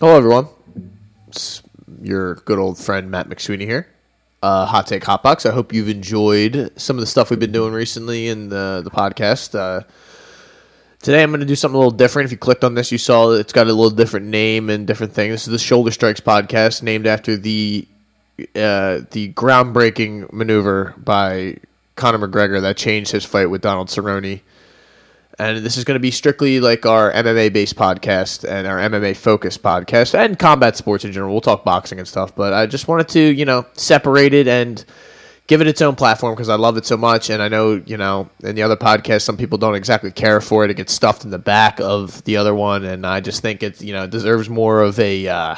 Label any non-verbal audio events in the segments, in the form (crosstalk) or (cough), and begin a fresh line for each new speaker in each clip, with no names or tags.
Hello, everyone. It's your good old friend Matt McSweeney here. Uh, Hot Take Hotbox. I hope you've enjoyed some of the stuff we've been doing recently in the the podcast. Uh, today, I'm going to do something a little different. If you clicked on this, you saw it's got a little different name and different thing. This is the Shoulder Strikes podcast, named after the uh, the groundbreaking maneuver by Conor McGregor that changed his fight with Donald Cerrone and this is going to be strictly like our MMA based podcast and our MMA focused podcast and combat sports in general. We'll talk boxing and stuff, but I just wanted to, you know, separate it and give it its own platform because I love it so much. And I know, you know, in the other podcast, some people don't exactly care for it. It gets stuffed in the back of the other one. And I just think it, you know, deserves more of a, uh,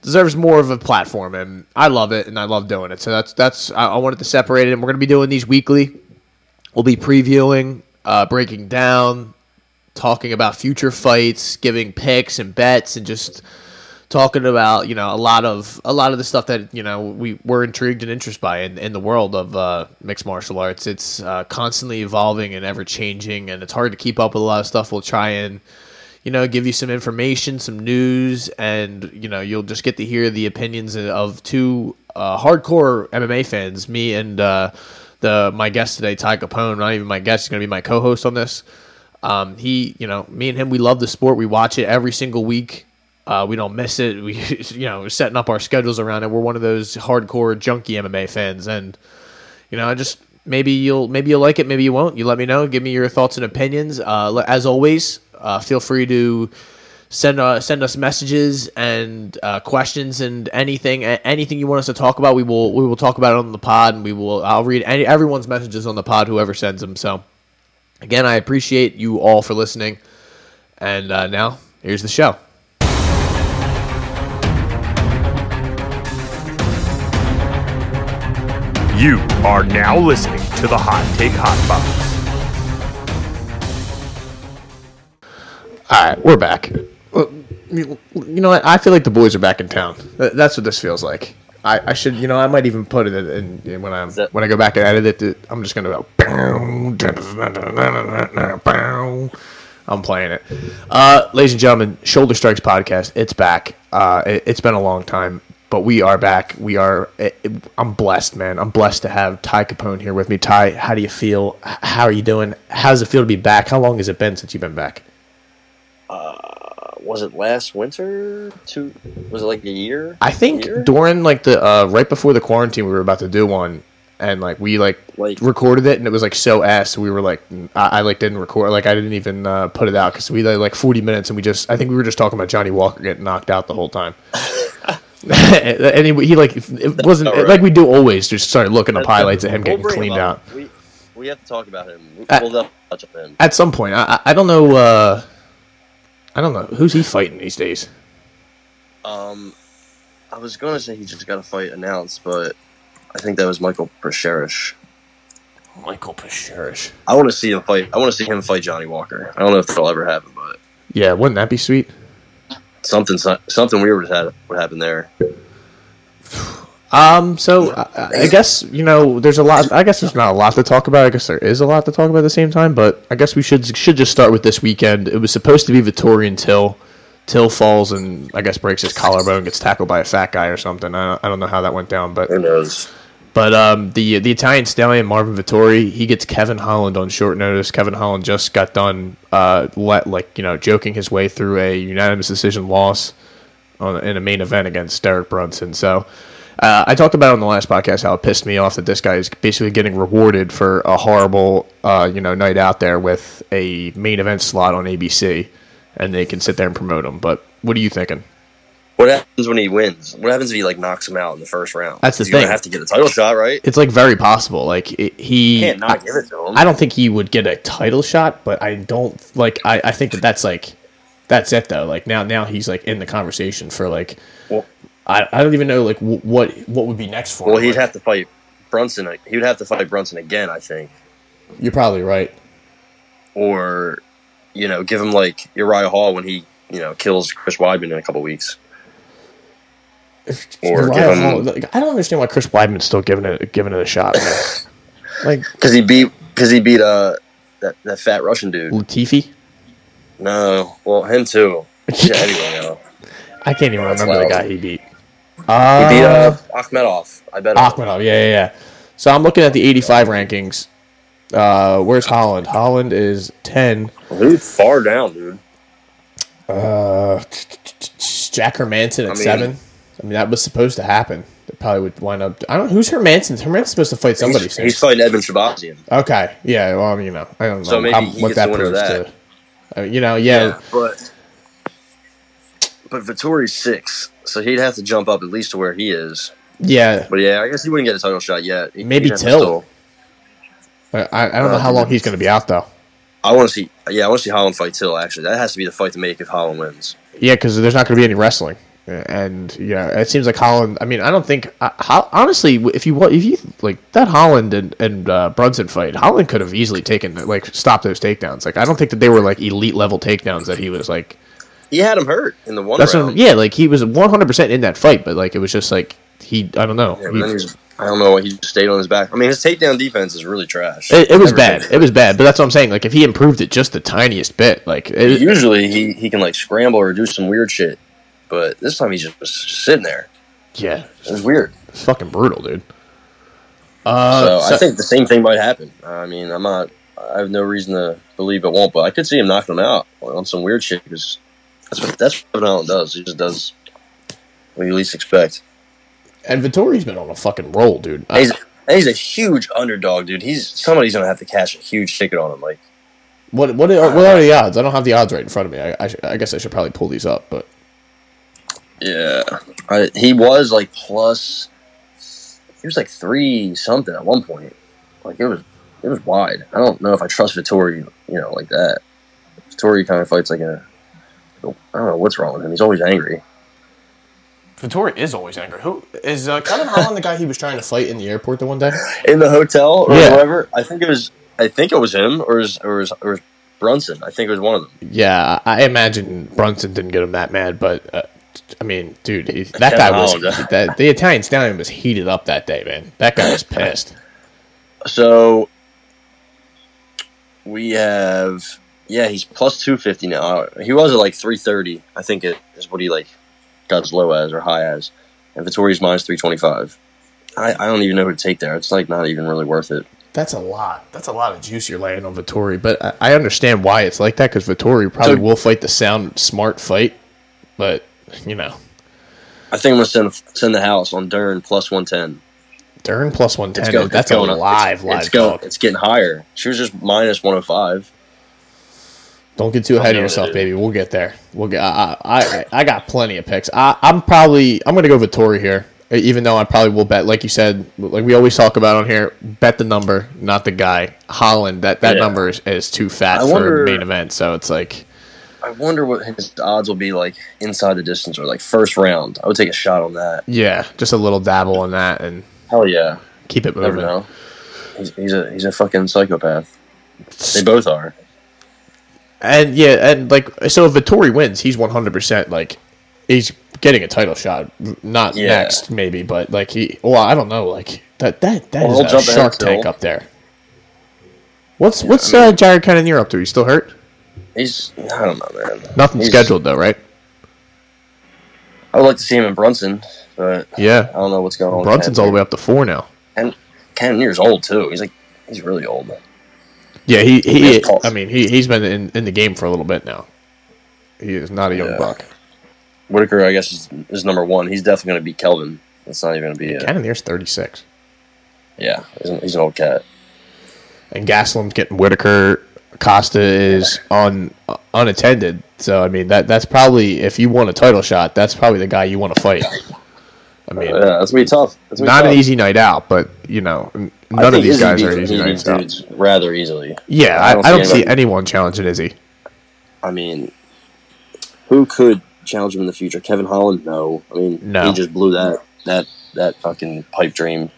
deserves more of a platform and I love it and I love doing it. So that's that's I, I wanted to separate it and we're gonna be doing these weekly. We'll be previewing, uh, breaking down, talking about future fights, giving picks and bets, and just talking about you know a lot of a lot of the stuff that you know we were intrigued and interested by in, in the world of uh, mixed martial arts. It's uh, constantly evolving and ever changing, and it's hard to keep up with a lot of stuff. We'll try and you know give you some information, some news, and you know you'll just get to hear the opinions of two uh, hardcore MMA fans, me and. Uh, the my guest today, Ty Capone, not even my guest, he's going to be my co-host on this. Um, he, you know, me and him, we love the sport. We watch it every single week. Uh, we don't miss it. (laughs) We, you know, we're setting up our schedules around it. We're one of those hardcore junkie MMA fans, and you know, I just maybe you'll maybe you'll like it, maybe you won't. You let me know. Give me your thoughts and opinions. Uh, le- as always, uh, feel free to send uh, send us messages and uh, questions and anything a- anything you want us to talk about. We will we will talk about it on the pod, and we will I'll read any, everyone's messages on the pod, whoever sends them. So again, I appreciate you all for listening, and uh, now here's the show.
You are now listening to the Hot Take Hotbox.
All right, we're back. Well, You you know what? I feel like the boys are back in town. Th- That's what this feels like. I, I should, you know, I might even put it in, in when I am
that-
when I go back and edit it. I'm just gonna go. I'm playing it, uh, ladies and gentlemen. Shoulder Strikes podcast. It's back. Uh, it, it's been a long time, but we are back. We are. It, it- I'm blessed, man. I'm blessed to have Ty Capone here with me. Ty, how do you feel? H- How are you doing? How does it feel to be back? How long has it been since you've been back?
was it last winter? Two was it like a year?
I think
Year?
during like the uh, right before the quarantine, we were about to do one, and like we like,
Like-
recorded it, and it was like so ass. We were like, I, I like didn't record, like I didn't even uh, put it out because we had like forty minutes, and we just I think we were just talking about Johnny Walker getting knocked out the whole
(laughs)
time. and he, he like it wasn't
not right.
like we do always just started looking up highlights of him getting
We'll bring
cleaned
him
out.
up. We, we have to talk about him. We,
Uh,
we'll definitely touch on him.
At some point, I I I don't know. uh I don't know who's he fighting these days.
Um, I was gonna say he just got a fight announced, but I think that was Michael Prasherish.
Michael Pasherish.
I want to see him fight. I want to see him fight Johnny Walker. I don't know if that'll ever happen, but
Yeah, wouldn't that be sweet?
something something weird would, had, would happen there.
Um, so I, I guess you know, there's a lot. I guess there's not a lot to talk about. I guess there is a lot to talk about at the same time, but I guess we should should just start with this weekend. It was supposed to be Vittorian Till. Till falls and I guess breaks his collarbone, gets tackled by a fat guy or something. I, I don't know how that went down, but
Who knows?
but um, the the Italian stallion Marvin Vittori, he gets Kevin Holland on short notice. Kevin Holland just got done uh, let, like you know joking his way through a unanimous decision loss on, in a main event against Derek Brunson. So uh, I talked about on the last podcast how it pissed me off that this guy is basically getting rewarded for a horrible uh, you know night out there with a main event slot on ABC, and they can sit there and promote him. But what are you thinking?
What happens when he wins? What happens if he like knocks him out in the first round?
That's the
He's gonna
thing.
Have to get a title shot, right?
It's like very possible. Like it, he
Can't not give it to him.
I don't think he would get a title shot, but I don't like. I, I think that that's like, that's it though. Like now, now he's like in the conversation for like.
Well-
I, I don't even know like wh- what what would be next for.
Well,
him.
he'd
Like,
have to fight Brunson. He would have to fight Brunson again, I think,
You're probably right.
or you know, give him like Uriah Hall when he you know kills Chris Weidman in a couple weeks. (laughs) Or
Uriah
give him-
Hall- like, I don't understand why Chris Weidman's still giving it giving it a shot.
(laughs)
man. like
Because he beat because he beat uh that, that fat Russian dude.
Latifi. (laughs)
No, well him too. Yeah, anyway, no.
I can't even
That's
remember the
loud.
guy he beat.
He
Uh, Ah.
beat uh, Akhmedov. I bet.
Akhmedov, yeah, yeah, yeah. So I'm looking at the 85 rankings. Uh, where's Holland? Holland is 10.
Dude, far down, dude.
Uh, Jack Hermanson at
mean-
seven. I mean, that was supposed to happen. It probably would wind up. I don't. Who's Hermanson? Hermanson's supposed to fight somebody
He's,
soon.
he's fighting Edmund Shabazian.
okay. Yeah. Well, I mean, you know, I don't
So
know
maybe
how,
he
what
gets
that
the winner of
proves
that.
to. I mean, you know, yeah,
but but Vittori's six, so he'd have to jump up at least to where he is.
yeah.
But yeah, I guess he wouldn't get a title shot yet. He-
Maybe
he'd have to
Till.
still-
I, I don't know how long he's going to be out though.
I want to see. Yeah, I want to see Holland fight Till. Actually, that has to be the fight to make if Holland wins.
Yeah, because there's not going to be any wrestling, and yeah, it seems like Holland. I mean, I don't think I, ho- honestly, if you wa- if you like that Holland and and uh, Brunson fight, Holland could have easily taken like stopped those takedowns. Like, I don't think that they were like elite level takedowns that he was like.
He had him hurt in the one
That's what,
round.
I'm- yeah, like he was 100 percent in that fight, but like it was just like he. I don't know.
Yeah, but
He-
then he was- I don't know why he just stayed on his back. I mean, his takedown defense is really trash.
it, it was bad.
Everything.
It was bad. But that's what I'm saying. Like, if he improved it just the tiniest bit, like it,
Usually he, he can like scramble or do some weird shit, but this time he's just, just sitting there.
yeah,
It was weird.
it's fucking brutal, dude. Uh,
so, I think the same thing might happen. I mean, I'm not. I have no reason to believe it won't, but I could see him knocking him out on some weird shit because that's what that's what Allen does. He just does what you least expect.
and Vittori's been on a fucking roll, dude.
And he's, and he's a huge underdog, dude. He's somebody's gonna have to cash a huge ticket on him. Like,
What what are, what are the odds? I don't have the odds right in front of me. I I, should, I guess I should probably pull these up, but
yeah, I, he was like plus. He was like three something at one point. Like it was, it was wide. I don't know if I trust Vittori, you know, like that. Vittori kind of fights like a. I don't know what's wrong with him. He's always angry.
Vittori is always angry. Who is uh, Kevin Holland the guy he was trying to fight in the airport the one day?
in the hotel or
Yeah.
whatever. I think it was. I think it was him or his, or his, or his Brunson. I think it was one of them.
Yeah, I imagine Brunson didn't get him that mad, but uh, I mean, dude, he, that
Kevin
guy was
Holland.
that, the Italian stallion was heated up that day, man. That guy was pissed.
So we have. Yeah, he's plus two fifty now. He was at like three thirty. I think it is what he like got as low as or high as. And Vittori's minus three twenty five. I, I don't even know who to take there. It's like not even really worth it.
(laughs) That's a lot. That's a lot of juice you're laying on Vittori, but I, I understand why it's like that because Vittori probably
So-
will fight the sound smart fight, but you know,
I think I'm gonna send send the house on Dern plus one ten.
Dern plus one
It's
ten.
going.
That's
it's
a
going up.
live
It's,
live
it's going.
dog.
It's getting higher. She was just minus one hundred five.
Don't get too ahead of
know,
yourself,
dude.
baby. We'll get there. We'll get. I I, I, I got plenty of picks. I, I'm probably. I'm gonna go Vittori here, e, even though I probably will bet. Like you said, like we always talk about on here, bet the number, not the guy. Holland. That that
Yeah.
number is, is too fat
I
for
wonder-
a main event. So it's like
I wonder what his odds will be like inside the distance or like first round. I would take a shot on that.
yeah, just a little dabble on that and
Hell yeah,
keep it
never
moving.
know. He's, he's a he's a fucking psychopath. They both are.
And yeah, and like so, if Vittori wins, he's 100 percent like he's getting a title shot. Not
Yeah.
next, maybe, but like he. Well, I don't know. Like that that that
Well,
is
he'll
a
jump ahead
shark
still.
tank up there. What's what's uh, Jared Cannonier up to? He's still hurt.
He's I don't know, man.
Nothing
He's-
scheduled though, right?
I would like to see him in Brunson, but I
Yeah,
don't know what's going on.
Brunson's all the way up to four now.
And Cannonier's old too. He's like he's really old.
Yeah, he he.
He's tough.
I mean, he he's been in, in the game for a little bit now. He is not a young
Yeah.
buck.
Whitaker, I guess, is, is number one. He's definitely going to beat Kelvin. That's not even going to be. A,
Cannonier's 36,
yeah, he's an, he's an old cat.
and Gaslam's getting Whitaker. Costa is on unattended, so I mean that that's probably if you want a title shot, that's probably the guy you want to fight. I mean,
Yeah, that's gonna be tough. That's gonna be
not
tough.
an easy night out, but you know, n-
I
none of
think
these
Izzy
guys are
beats-
an easy
he
night
beats
out.
dudes rather easily.
Yeah, I, I don't, see,
anybody-
anyone challenging Izzy.
I mean, who could challenge him in the future? Kevin Holland? No. I mean,
No.
he just blew that that that fucking pipe dream.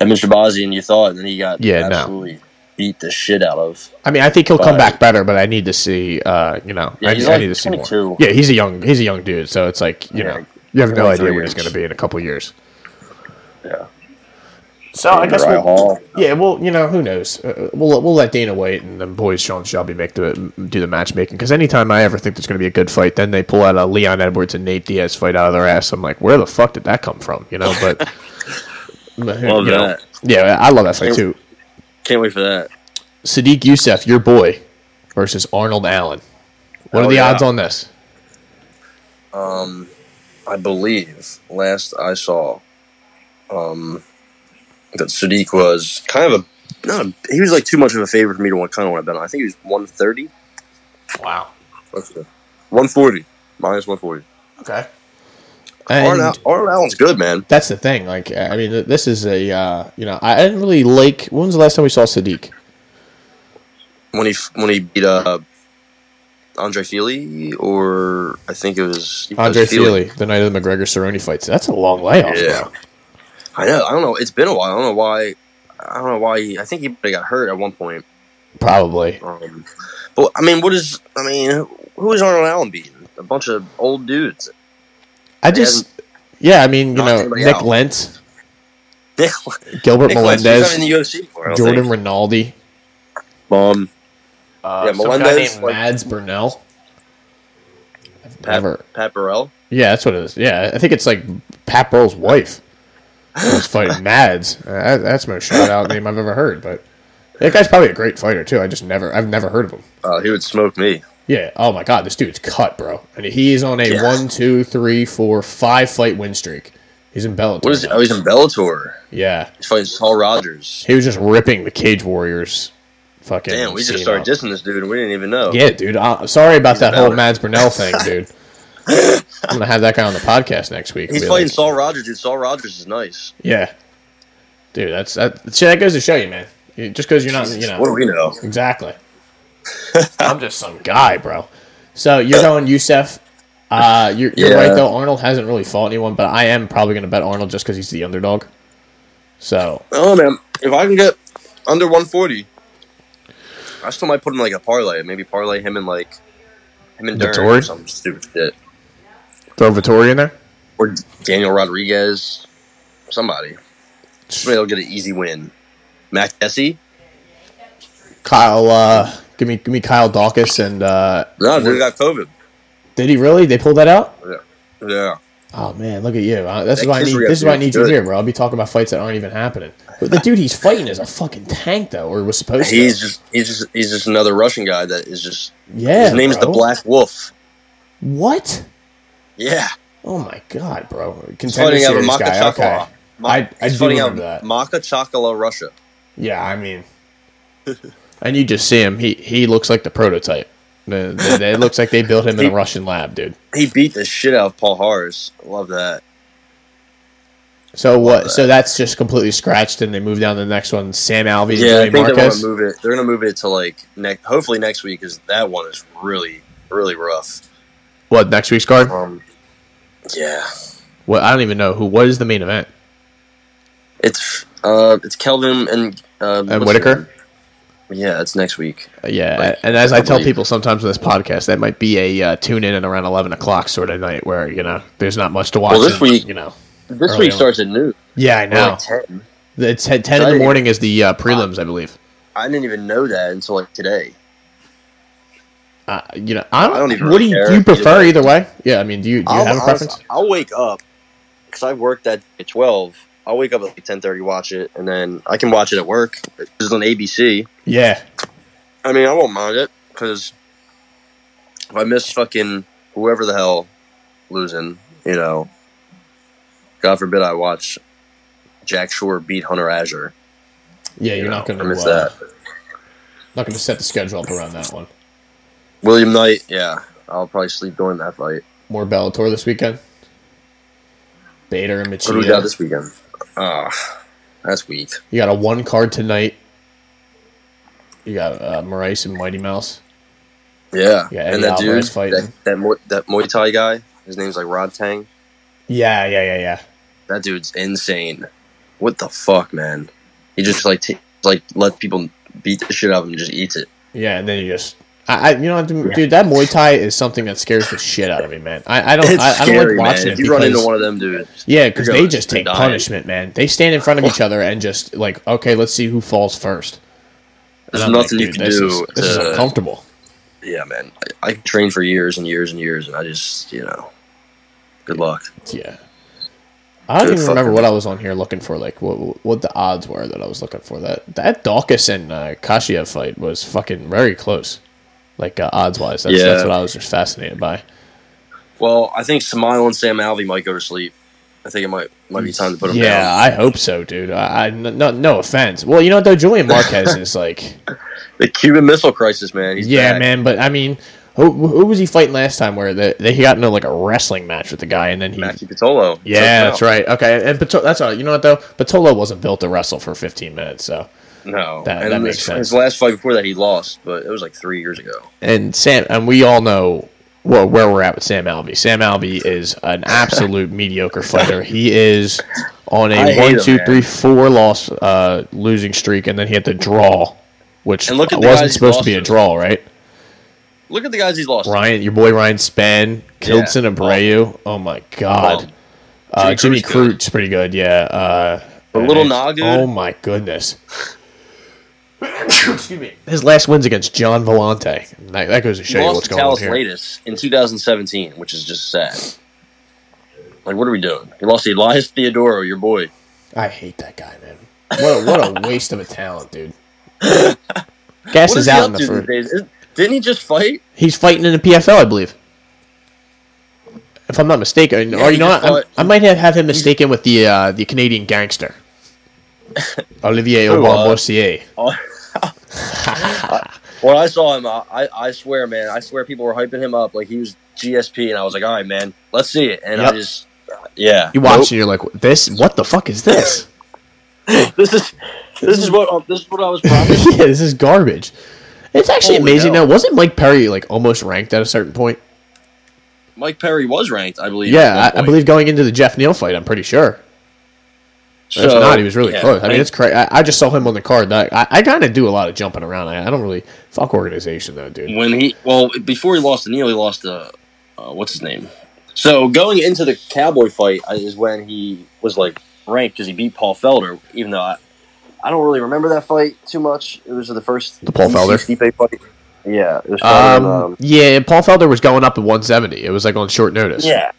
And Mr. Bozzian, you thought, and then he got
Yeah, no.
absolutely beat the shit out of.
I mean, I think he'll come
But-
back better, but I need to see. Uh, you know,
Yeah,
I,
he's
I
like
need to see more.
22.
Yeah, he's a young he's a young dude, so it's like you
Yeah,
know, you have no
like
idea
three
where he's
years.
going to be in a couple years.
Yeah.
So Oh, I guess
Ryan
we'll,
Hall.
yeah, well, you know, who knows? Uh, we'll we'll let Dana White and them boys Sean Shelby make the uh, do the matchmaking because anytime I ever think there's going to be a good fight, then they pull out a Leon Edwards and Nate Diaz fight out of their ass. I'm like, where the fuck did that come from? You know, but but,
Love
you know,
that.
yeah, I love that fight too.
Can't wait for that.
Sadiq Youssef, your boy, versus Arnold Allen. What
Oh,
are the
yeah.
odds on this?
Um, I believe last I saw, um, that Sadiq was kind of a not a, he was like too much of a favorite for me to want kind of want to bet on. I think he was one thirty,
Wow.
one forty, minus one forty.
Okay.
Arnold Arnold Allen's good, man.
that's the thing. Like, I mean, th- this is a uh, you know, I I didn't really like. When was the last time we saw Sadiq?
When he when he beat uh Andre Feely or I think it was it
Andre
was
Feely, the night of the McGregor Cerrone fights. That's a long layoff.
Yeah. I know. I don't know. It's been a while. I don't know why. I don't know why. He, I think he probably got hurt at one point.
Probably.
Um, but I mean, what is? I mean, who is Arnold Allen beating? A bunch of old dudes. (laughs)
I just, yeah, I mean, you
Knocked
know,
anybody
Nick
out.
Lent,
Nick,
Gilbert
Nick Lentz,
Melendez,
he's not in the UFC. Before, I don't
Jordan
think.
Rinaldi,
Mom,
uh,
Yeah,
some guy
Melendez,
named
like-
Mads Burnell. I've
Pat,
never.
Pat Burrell.
Yeah, that's what it is. Yeah, I think it's like Pat Burrell's wife.
(laughs)
was fighting Mads. Uh, that- that's my shout out name I've ever heard. But that guy's probably a great fighter too. I just never, I've never heard of him.
Uh, he would smoke me.
Yeah. Oh my God, this dude's cut, bro. And he is on a
Yeah.
one, two, three, four, five fight win streak. He's in Bellator.
What is?
now.
Oh, he's in Bellator.
Yeah,
He's fighting Saul Rogers.
he was just ripping the Cage Warriors. Fucking
Damn, we just
scene
started
up.
dissing this dude, and we didn't even know.
Yeah, dude. Uh, sorry about that whole
better.
Mads Burnell
(laughs)
thing, dude. I'm gonna have that guy on the podcast next week.
He's
Be
fighting
like-
Saul Rogers, dude. Saul Rogers is nice.
Yeah, dude. That's that. See, that goes to show you, man. You- Just because you're not, you know,
What do we know? (laughs)
Exactly. I'm just some guy, bro. So you're going Youssef. Uh, you're, you're
Yeah.
right though. Arnold hasn't really fought anyone, but I am probably going to bet Arnold just because he's the underdog. So
Oh man, if I can get under 140, I still might put him in, like a parlay. Maybe parlay him and like him and Dern or
Vettori?
some stupid shit,
throw Vittori in there.
or Daniel Rodriguez, somebody. Somebody will get an easy win. Mac Desi?
Kyle, uh, give me give me Kyle Dawkins and uh,
No, dude got COVID.
did he really? They pulled that out.
Yeah,
Oh man, look at you! Uh, this is
That
why I
kid's
need
real,
this is why I
dude.
need you
Good.
here, bro. I'll be talking about fights that aren't even happening. But the dude he's fighting is a fucking tank though, or was supposed
he's
to.
just he's just he's just another Russian guy that is just
Yeah,
his name's the
bro.
Black Wolf.
What?
Yeah,
Oh my god, bro! Contender
fighting out of
series
Maka
guy. Okay.
Chakala. Ma-
I- I
he's
do
fighting out
remember that.
Maka Chakala, Russia.
Yeah, I
(laughs)
mean, and you just see him. He he looks like the prototype. The- the- it looks like they built
(laughs)
him in a Russian lab, dude.
He beat the shit out of Paul Harris. Love that.
So what? So that's just completely scratched, and they move down to the next one. Sam Alvey,
Yeah, I
and Willie
think they're going
Marquez.
to move it. They're going to move it to like next. Hopefully next week because that one is really, really rough.
What next week's card?
Um, yeah,
What I don't even know who. What is the main event?
it's uh, it's Kelvin and uh,
And
what's
Whitaker.
the- Yeah, it's next week.
Uh, Yeah,
Like,
and as I tell
probably-
people sometimes on this podcast, that might be a uh, tune in at around eleven o'clock sort of night where you know there's not much to watch.
Well, this
and,
week-
you know.
This
Early
week
on.
starts at noon.
Yeah, I
or,
know.
Like 10.
It's ten, 10 in the
Exciting.
morning is the uh, prelims, I believe.
I didn't even know that until like today.
Uh, you know, I don't,
I don't even
What do
really
you,
care
do you
either
prefer
way.
either way? Yeah, I mean, do you do you have a preference?
I'll wake up because I work that at twelve. I'll wake up at like ten thirty, watch it, and then I can watch it at work. It's on ABC.
Yeah,
I mean, I won't mind it because if I miss fucking whoever the hell losing, you know, God forbid I watch Jack Shore beat Hunter Azure.
yeah, you're
you
not
know,
going to
I miss
uh,
that.
not going to set the schedule up around that one.
William Knight, yeah, I'll probably sleep during that fight.
More Bellator this weekend. Bader and
What do we got
Machida.
this weekend? Ah, that's weak.
You got a one card tonight. You got uh, Moraes and Mighty Mouse.
Yeah,
Yeah, Eddie
and that dude,
Alvarez fighting.
that that, Muay, that Muay Thai guy, his name's like Rod Tang.
Yeah, yeah, yeah, yeah.
That dude's insane. What the fuck, man? He just like t- like let people beat the shit out of him and just eats it.
Yeah, and then you just I, I you know, dude, that Muay Thai is something that scares the shit out of me, man. I, I don't,
It's
I, I
scary,
don't like watching it.
man. If you run into
because-
one of them dudes,
Yeah, because
You're
they
going-
just
you're
take
dying.
punishment, man. They stand in front of each other and just like, okay, let's see who falls first.
There's
And I'm
nothing you
dude,
can
this
do
Is, this is
to-
uncomfortable.
yeah, man. I, I trained for years and years and years, and I just, you know, good luck.
Yeah. I don't
Good
even remember
fucking-
what I was on here looking for, like what what the odds were that I was looking for. That that Dawkins and uh, Kashia fight was fucking very close, like uh, odds wise. That's, that's
Yeah.
what I was just fascinated by.
Well, I think Smile and Sam Alvey might go to sleep. I think it might might be time to put them
Yeah,
down.
I hope so, dude. I, I no no offense. Well, you know what though, Julian
(laughs)
Marquez is like,
The Cuban Missile Crisis, man. He's
yeah,
back.
man. But I mean, who, who was he fighting last time? Where the, they he got into like a wrestling match with the guy, and then he
Mackie Patolo.
yeah, that's right. Okay, and Pato- that's all. right. You know what though, Patolo wasn't built to wrestle for 15 minutes, so.
No,
That-
and
that
his,
makes sense.
His last fight before that, he lost, but it was like three years ago.
and Sam, and we all know well, where we're at with Sam Alvey. Sam Alvey is an
(laughs)
absolute mediocre fighter. He is on
I
a
hate
one,
him,
two,
man.
three, four loss uh, losing streak, and then he had to draw, which
And look at the guys
wasn't
he
supposed to
lost
be a
to.
draw, right?
Look at the guys he's lost. to.
Ryan, your boy Ryan Span, Kilton
Yeah.
Abreu. Oh my god.
Um,
Uh, Jimmy
Jimmy Cruz
Crute's pretty good, yeah. Uh,
But
and
Little
it's-
Nah, dude.
Oh my goodness. (coughs) Excuse me. His last win's against John Vellante. That, that goes to
he
show you
lost
what's
to
going on
Talos
here.
Latis in 2017, which is just sad. Like, what are we doing? He lost to Elias Theodoro, your boy.
I hate that guy, man. What a, what
(laughs)
a waste of a talent, dude. Gas
What
is
is he
out in
up
the
to these
first.
days? Is- Didn't he just fight?
He's fighting in the PFL, I believe. If I'm not mistaken, or
he
you know, what?
just
I'm-
fought-
I might have, have him mistaken with the uh, the Canadian
(laughs)
gangster, Olivier
Who,
Aubameyang.
uh,
Mortier. (laughs)
Oh. when I saw him, I, I, I swear, man, I swear people were hyping him up like he was GSP, and I was like, all right, man, let's see it. And
Yep.
I just, yeah,
You watch and you're like, this? What the fuck is this?
Nope. (laughs) This is this is what this is what I was
(laughs)
promised.
yeah, this is garbage. It's actually
Holy
amazing
hell.
now. Wasn't Mike Perry like almost ranked at a certain point?
(laughs) Mike Perry was ranked, I believe. at one
Yeah, I, I
point.
believe going into the Jeff Neal fight, I'm pretty sure.
So,
If not, he was really
yeah,
close. I mean,
think-
it's crazy. I, I just saw him on the card. I, I, I kind of do a lot of jumping around. I, I don't really fuck organization though, dude.
when he well before he lost to Neil, he lost to uh, what's his name. So going into the Cowboy fight I- is when he was like ranked because he beat Paul Felder. Even though I, I don't really remember that fight too much. It was the first
The Paul Felder?
Stipe fight. Yeah, it was Felder and,
Um,
um,
yeah, Paul Felder was going up to 170. It was like on short notice.
yeah.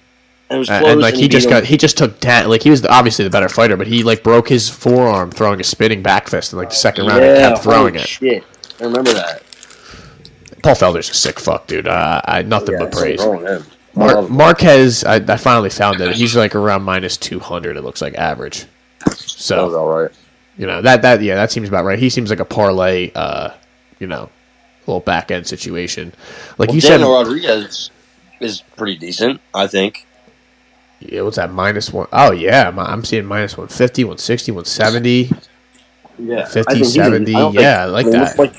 It was
A-
close.
and like
and
he just
beat
got
him.
he just took down like he was the, obviously the better fighter, but he like broke his forearm throwing a spinning back fist in like the second round and
yeah,
kept throwing
holy
it.
Shit, I remember that.
Paul Felder's a sick fuck, dude. Uh, I nothing
Yeah,
but praise.
wrong with him. I
Mar-
love him.
Marquez, I, I finally found it. He's like around minus two hundred. It looks like average.
That was
So
all right.
you know that that yeah that seems about right. He seems like a parlay, uh, you know, little back end situation. Like
Well,
you
Daniel
said,
Rodriguez is pretty decent, I think.
yeah, what's that minus one? Oh yeah, my, I'm seeing minus 150, 160, 170.
Yeah,
50,
I think he's a-
70,
I don't
yeah, I like
mean,
that.
Mike-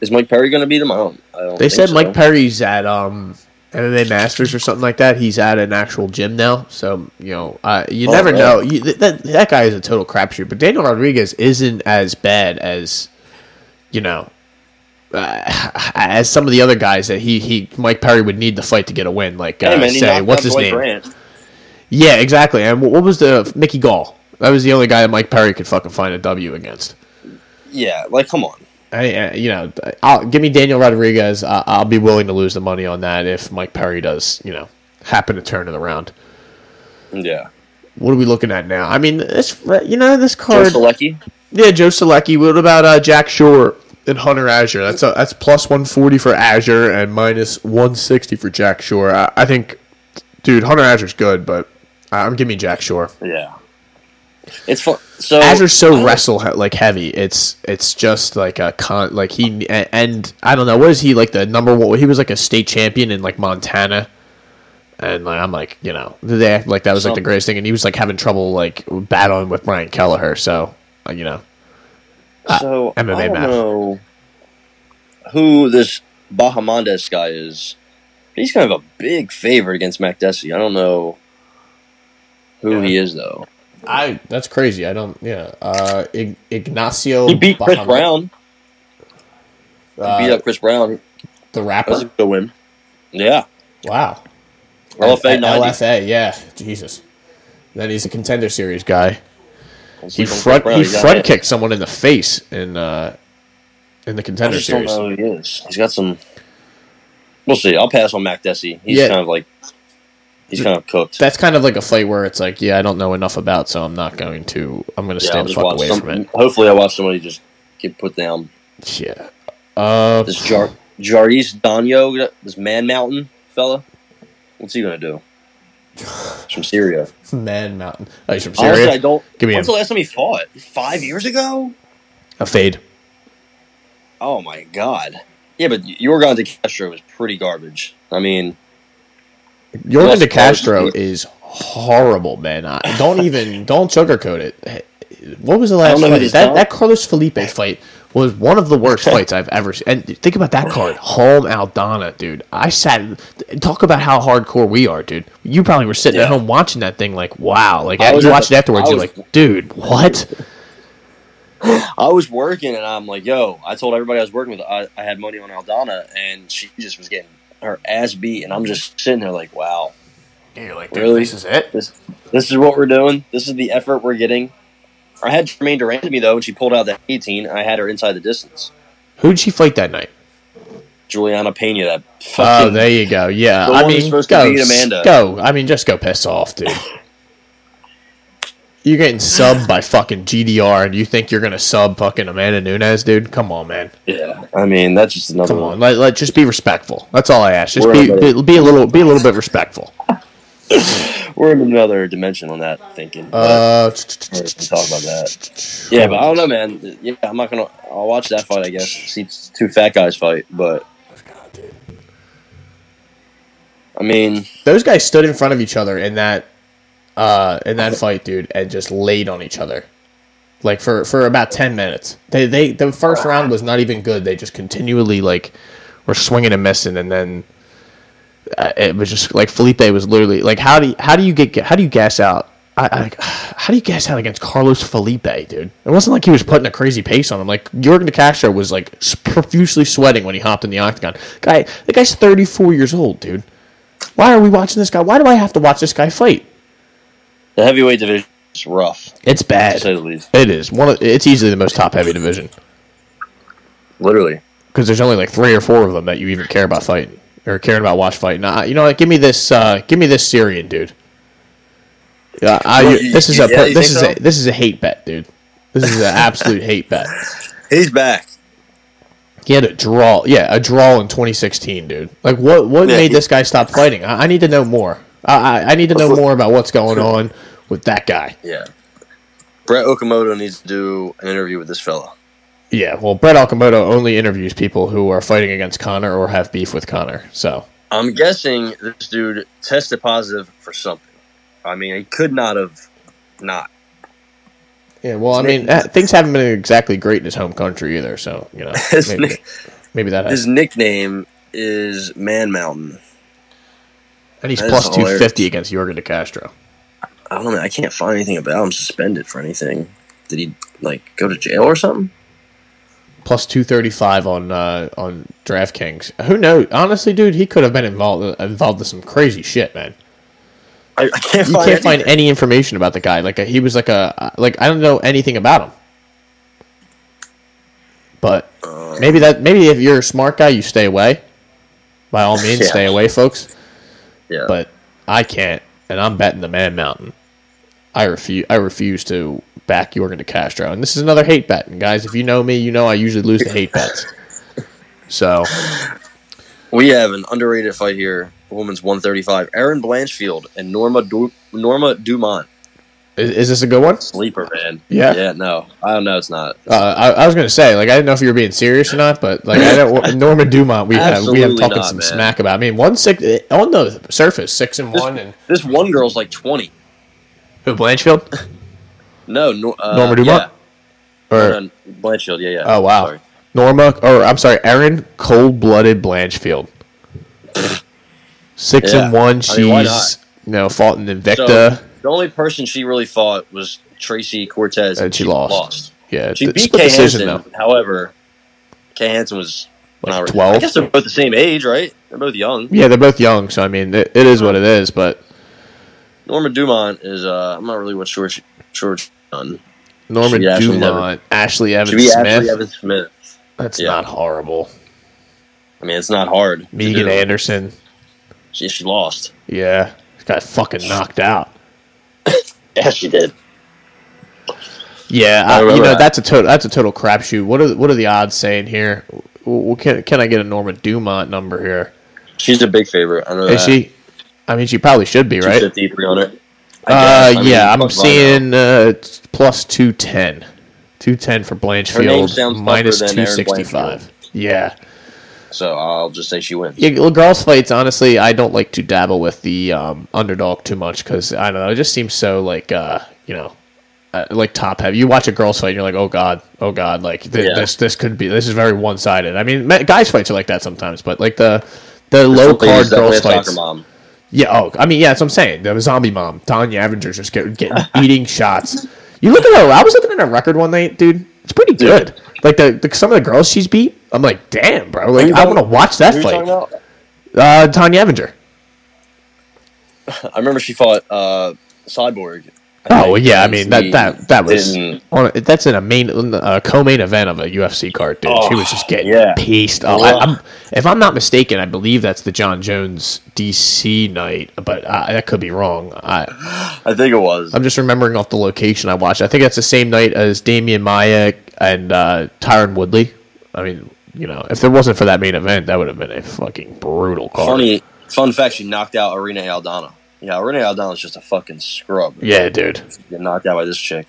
is Mike Perry going to beat him? I don't. I don't
They
think
said
so.
Mike Perry's at um MMA Masters or something like that. He's at an actual gym now, so you know uh, you
Oh,
never
man.
know. You, th- that that guy is a total crapshoot, but Daniel Rodriguez isn't as bad as you know uh, as some of the other guys that he he Mike Perry would need to fight to get a win. Like uh,
Hey, man, he
say
knocked
what's
out
his
Dwight
name?
Grant.
Yeah, exactly. And wh- what was the Mickey Gall? That was the only guy that Mike Perry could fucking find a W against.
Yeah, like come on.
I, I- you know, I'll give me Daniel Rodriguez. I, I'll be willing to lose the money on that if Mike Perry does, you know, happen to turn it around.
Yeah,
What are we looking at now? I mean, this, you know, this
Joe
card.
Selecki.
yeah, Joe Selecki. What about uh, Jack Shore and Hunter Azure? That's a, that's plus one forty for Azure and minus one sixty for Jack Shore. I, I think, dude, Hunter Azure's good, but uh, I'm giving me Jack Shore.
Yeah, it's fun. So
Azure's so wrestle he- like heavy. It's it's just like a con like he a- and I don't know what is he like the number one. He was like a state champion in like Montana, and like I'm like you know they act like that was like the
Something.
greatest thing, and he was like having trouble like battling with Brian Kelleher. So uh, you know
so I
MMA
don't
math.
know who this Bahamondes guy is. He's kind of a big favorite against Mac Desi. I don't know who
Yeah.
he is though.
I that's crazy. I don't yeah. Uh, Ig- Ignacio
He beat Chris
Bahamas-
Brown.
uh,
beat up Chris Brown.
The
That was a
rapper.
good win.
Yeah.
Wow.
LFA
At
90.
LFA, yeah. Jesus. Then he's a contender series guy.
He front he front kicked someone in the face in uh, in the
I
contender
just don't
series.
know who he is. He's got some. We'll see. I'll pass on Mac Desi. He's
Yeah.
kind of like. He's kind of cooked.
That's kind of like a fight where it's like, yeah, I don't know enough about, so I'm not going to. I'm going to
Yeah, I'll
stay the
just
fuck
watch
away
some-
from it.
Hopefully, I watch somebody just get put down.
Yeah. Uh,
This Jar Jaris Danyo, this Man Mountain fella. What's he gonna do? He's from Syria.
Man Mountain.
oh, he's from
Honestly, I
Syria.
don't.
Give me
When's
him.
the last time he fought? Five years ago?
A fade.
Oh my god. Yeah, but Jorgon de Castro was pretty garbage. I mean,
Jordan
Lost
De Castro
Carlos.
is horrible, man. I, don't
(laughs)
even don't sugarcoat it. What was the
I
last
don't know who
fight?
this
That,
guy-
that Carlos Felipe fight was one of the worst fights I've ever seen. And think about that
(laughs)
card, home Aldana, dude. I sat talk about how hardcore we are, dude. You probably were sitting at
Yeah.
home watching that thing, like wow, like
I was
you
at
watched
the-
it afterwards.
I
You're
was-
like, dude, what?
I was working and I'm like, yo, I told everybody I was working with, I, I had money on Aldana and she just was getting her ass beat. And I'm just sitting there like, wow,
You're like,
dude, Really? this is
it.
this this is what we're doing. This is the effort we're getting. I had Jermaine Durant to me though, and she pulled out that 18. And I had her inside the distance.
Who'd she fight that night?
Juliana Pena, that
Oh,
fucking.
there you go. Yeah,
The
I
one who's
mean, go,
supposed to beat Amanda.
go. I mean, just go piss off, dude. you're getting subbed by fucking GDR, and you think you're gonna sub fucking Amanda Nunes, dude? Come on, man.
yeah, I mean that's just another
Come
one.
on. Let, let just be respectful. That's all I ask. Just
We're
be,
on
be be a little be a little bit respectful.
We're in another dimension on that thinking. but
Uh,
we're gonna talk about that. Yeah, but I don't know, man. Yeah, I'm not gonna. I'll watch that fight, I guess. See two fat guys fight, but I mean,
those guys stood in front of each other in that uh in that fight, dude, and just laid on each other. Like for for about 10 minutes. They they the first round was not even good. They just continually like were swinging and missing and then uh, it was just like Felipe was literally like how do you, how do you get how do you gas out? I, (sighs) I, how do you gas out against Carlos Felipe, dude? It wasn't like he was putting a crazy pace on him. Like Jorgen De Castro was like s- profusely sweating when he hopped in the octagon. Guy, the guy's thirty four years old, dude. Why are we watching this guy? Why do I have to watch this guy fight?
the heavyweight division is rough,
It's
to
bad.
say the least.
It is one. Of, it's easily the most top heavy division
Literally,
because there's only like three or four of them that you even care about fighting or caring about watch fighting. Nah, you know, what? give me this. Uh, give me this Syrian dude. Yeah, I,
Well, you-
this is a
yeah, you
this
think
is
so?
a this is a hate bet, dude. This is an absolute hate bet.
he's back.
He had a draw, yeah, a draw in 2016, dude. Like, what what
Yeah,
made
he-
this guy stop fighting? I, I need to know more. I, I I need to know more about what's going on with that guy.
Yeah, Brett Okamoto needs to do an interview with this fella.
Yeah, well, Brett Okamoto only interviews people who are fighting against Connor or have beef with Connor. So
I'm guessing this dude tested positive for something. I mean, he could not have not. (laughs)
yeah, well, I mean, uh, things haven't been exactly great in his home country either. So (laughs) you know,
His,
maybe,
nick-
maybe that has.
his nickname is Man Mountain.
And he's
that is
plus two
hilarious.
fifty against Jorgen De Castro.
I don't know. I can't find anything about him suspended for anything. Did he like go to jail or something?
Plus two thirty five on uh, on DraftKings. Who knows? Honestly, dude, he could have been involved involved in some crazy shit, man.
I, I can't
You
find.
can't find any information about the guy. Like uh, he was like a like I don't know anything about him. But maybe that maybe if you're a smart guy, you stay away. By all means,
Yeah.
stay away, folks.
Yeah.
But I can't, and I'm betting the Man Mountain. I refuse. I refuse to back Jorgen De Castro, and this is another hate bet. And guys, if you know me, you know I usually lose the hate bets. So
we have an underrated fight here. Woman's 135. Erin Blanchfield and Norma du- Norma Dumont.
is, is this a good one?
Sleeper man.
Yeah.
Yeah. No. I don't know. It's not.
Uh, I, I was gonna say, like, I didn't know if you were being serious or not, but like, I
(laughs)
don't, Norman Dumont, we have we have
Absolutely
talking
not,
some
man.
smack about. I mean, one six eh, on the surface, six and
This,
one, and
this one girl's like 20.
who Blanchfield
No. Nor- uh,
Norma Dumont?
Yeah.
or
No, no, Blanchfield. Yeah. Yeah.
oh wow,
Sorry.
Norma or I'm sorry, Erin cold blooded Blanchfield, six
Yeah.
and one.
I mean, why
She's you know fought in
So
Invicta,
the only person she really fought was Tracy Cortez,
and she lost. Yeah,
She
th-
beat
split
Kay
decision
Hansen. However, Kay Hansen was
Like
really. I
twelve.
guess they're both the same age, right? They're both young.
Yeah, they're both young, so I mean, it, it is what it is. But
Norma Dumont is. Uh, I'm not really what sure she, sure she's done.
Norman
Should be Ashley
Dumont, Ashley Evans
Should be
Smith.
Ashley Evan Smith.
That's
Yeah.
not horrible.
I mean, it's not hard. to
Megan
do.
Anderson.
She, she lost.
Yeah, got fucking knocked out.
Yeah, she did.
Yeah,
I
I, you
remember
know
that.
that's a total that's a total crapshoot. What are what are the odds saying here? Well, can can I get a Norma Dumont number here?
She's a big favorite. I know
Is
that.
she? I mean, she probably should be right.
250, 300. I
Uh,
guess. I mean,
yeah, I'm
fuck Rhino.
seeing uh, it's plus two ten. Two ten for
Her name
Blanchfield,
sounds tougher
minus
than
two
Erin
sixty five.
Blanchfield.
Yeah.
So I'll just say she wins.
yeah, well, girls' fights. Honestly, I don't like to dabble with the um, underdog too much because I don't know. It just seems so like uh, you know, uh, like top heavy. You watch a girls' fight, and you're like, oh god, oh god, like th-
Yeah.
this this could be this is very one sided. I mean, ma- guys' fights are like that sometimes, but like the the low
Something
card
is definitely
girls'
a soccer
fights.
Mom.
Yeah. Oh, I mean, yeah, that's what I'm saying. The zombie mom, Tanya Avengers, just get,
(laughs)
getting eating shots. You look at her. I was looking at her record one night, dude. It's pretty good. Like the, the some of the girls she's beat. I'm like, damn, bro. Like
you
I
talking-
want to watch that
Who are you
fight.
talking
Uh, Tanya Avenger.
about? I remember she fought uh, Cyborg.
Oh well, yeah. I
and
mean
she
that that that was
didn't-
on a, that's in a main uh, co-main event of a UFC card, dude. she was just getting
Oh, yeah.
pieced up.
Yeah.
I, am if I'm not mistaken, I believe that's the John Jones DC night, but uh, that could be wrong. I
I think it was.
I'm just remembering off the location I watched. I think that's the same night as Damian Maya and uh, Tyron Woodley. I mean, you know, if there wasn't for that main event, that would have been a fucking brutal card.
Funny, fun fact, she knocked out Arena Aldana. Yeah, Arena Aldana's just a fucking scrub.
Yeah, dude.
She Get knocked out by this chick.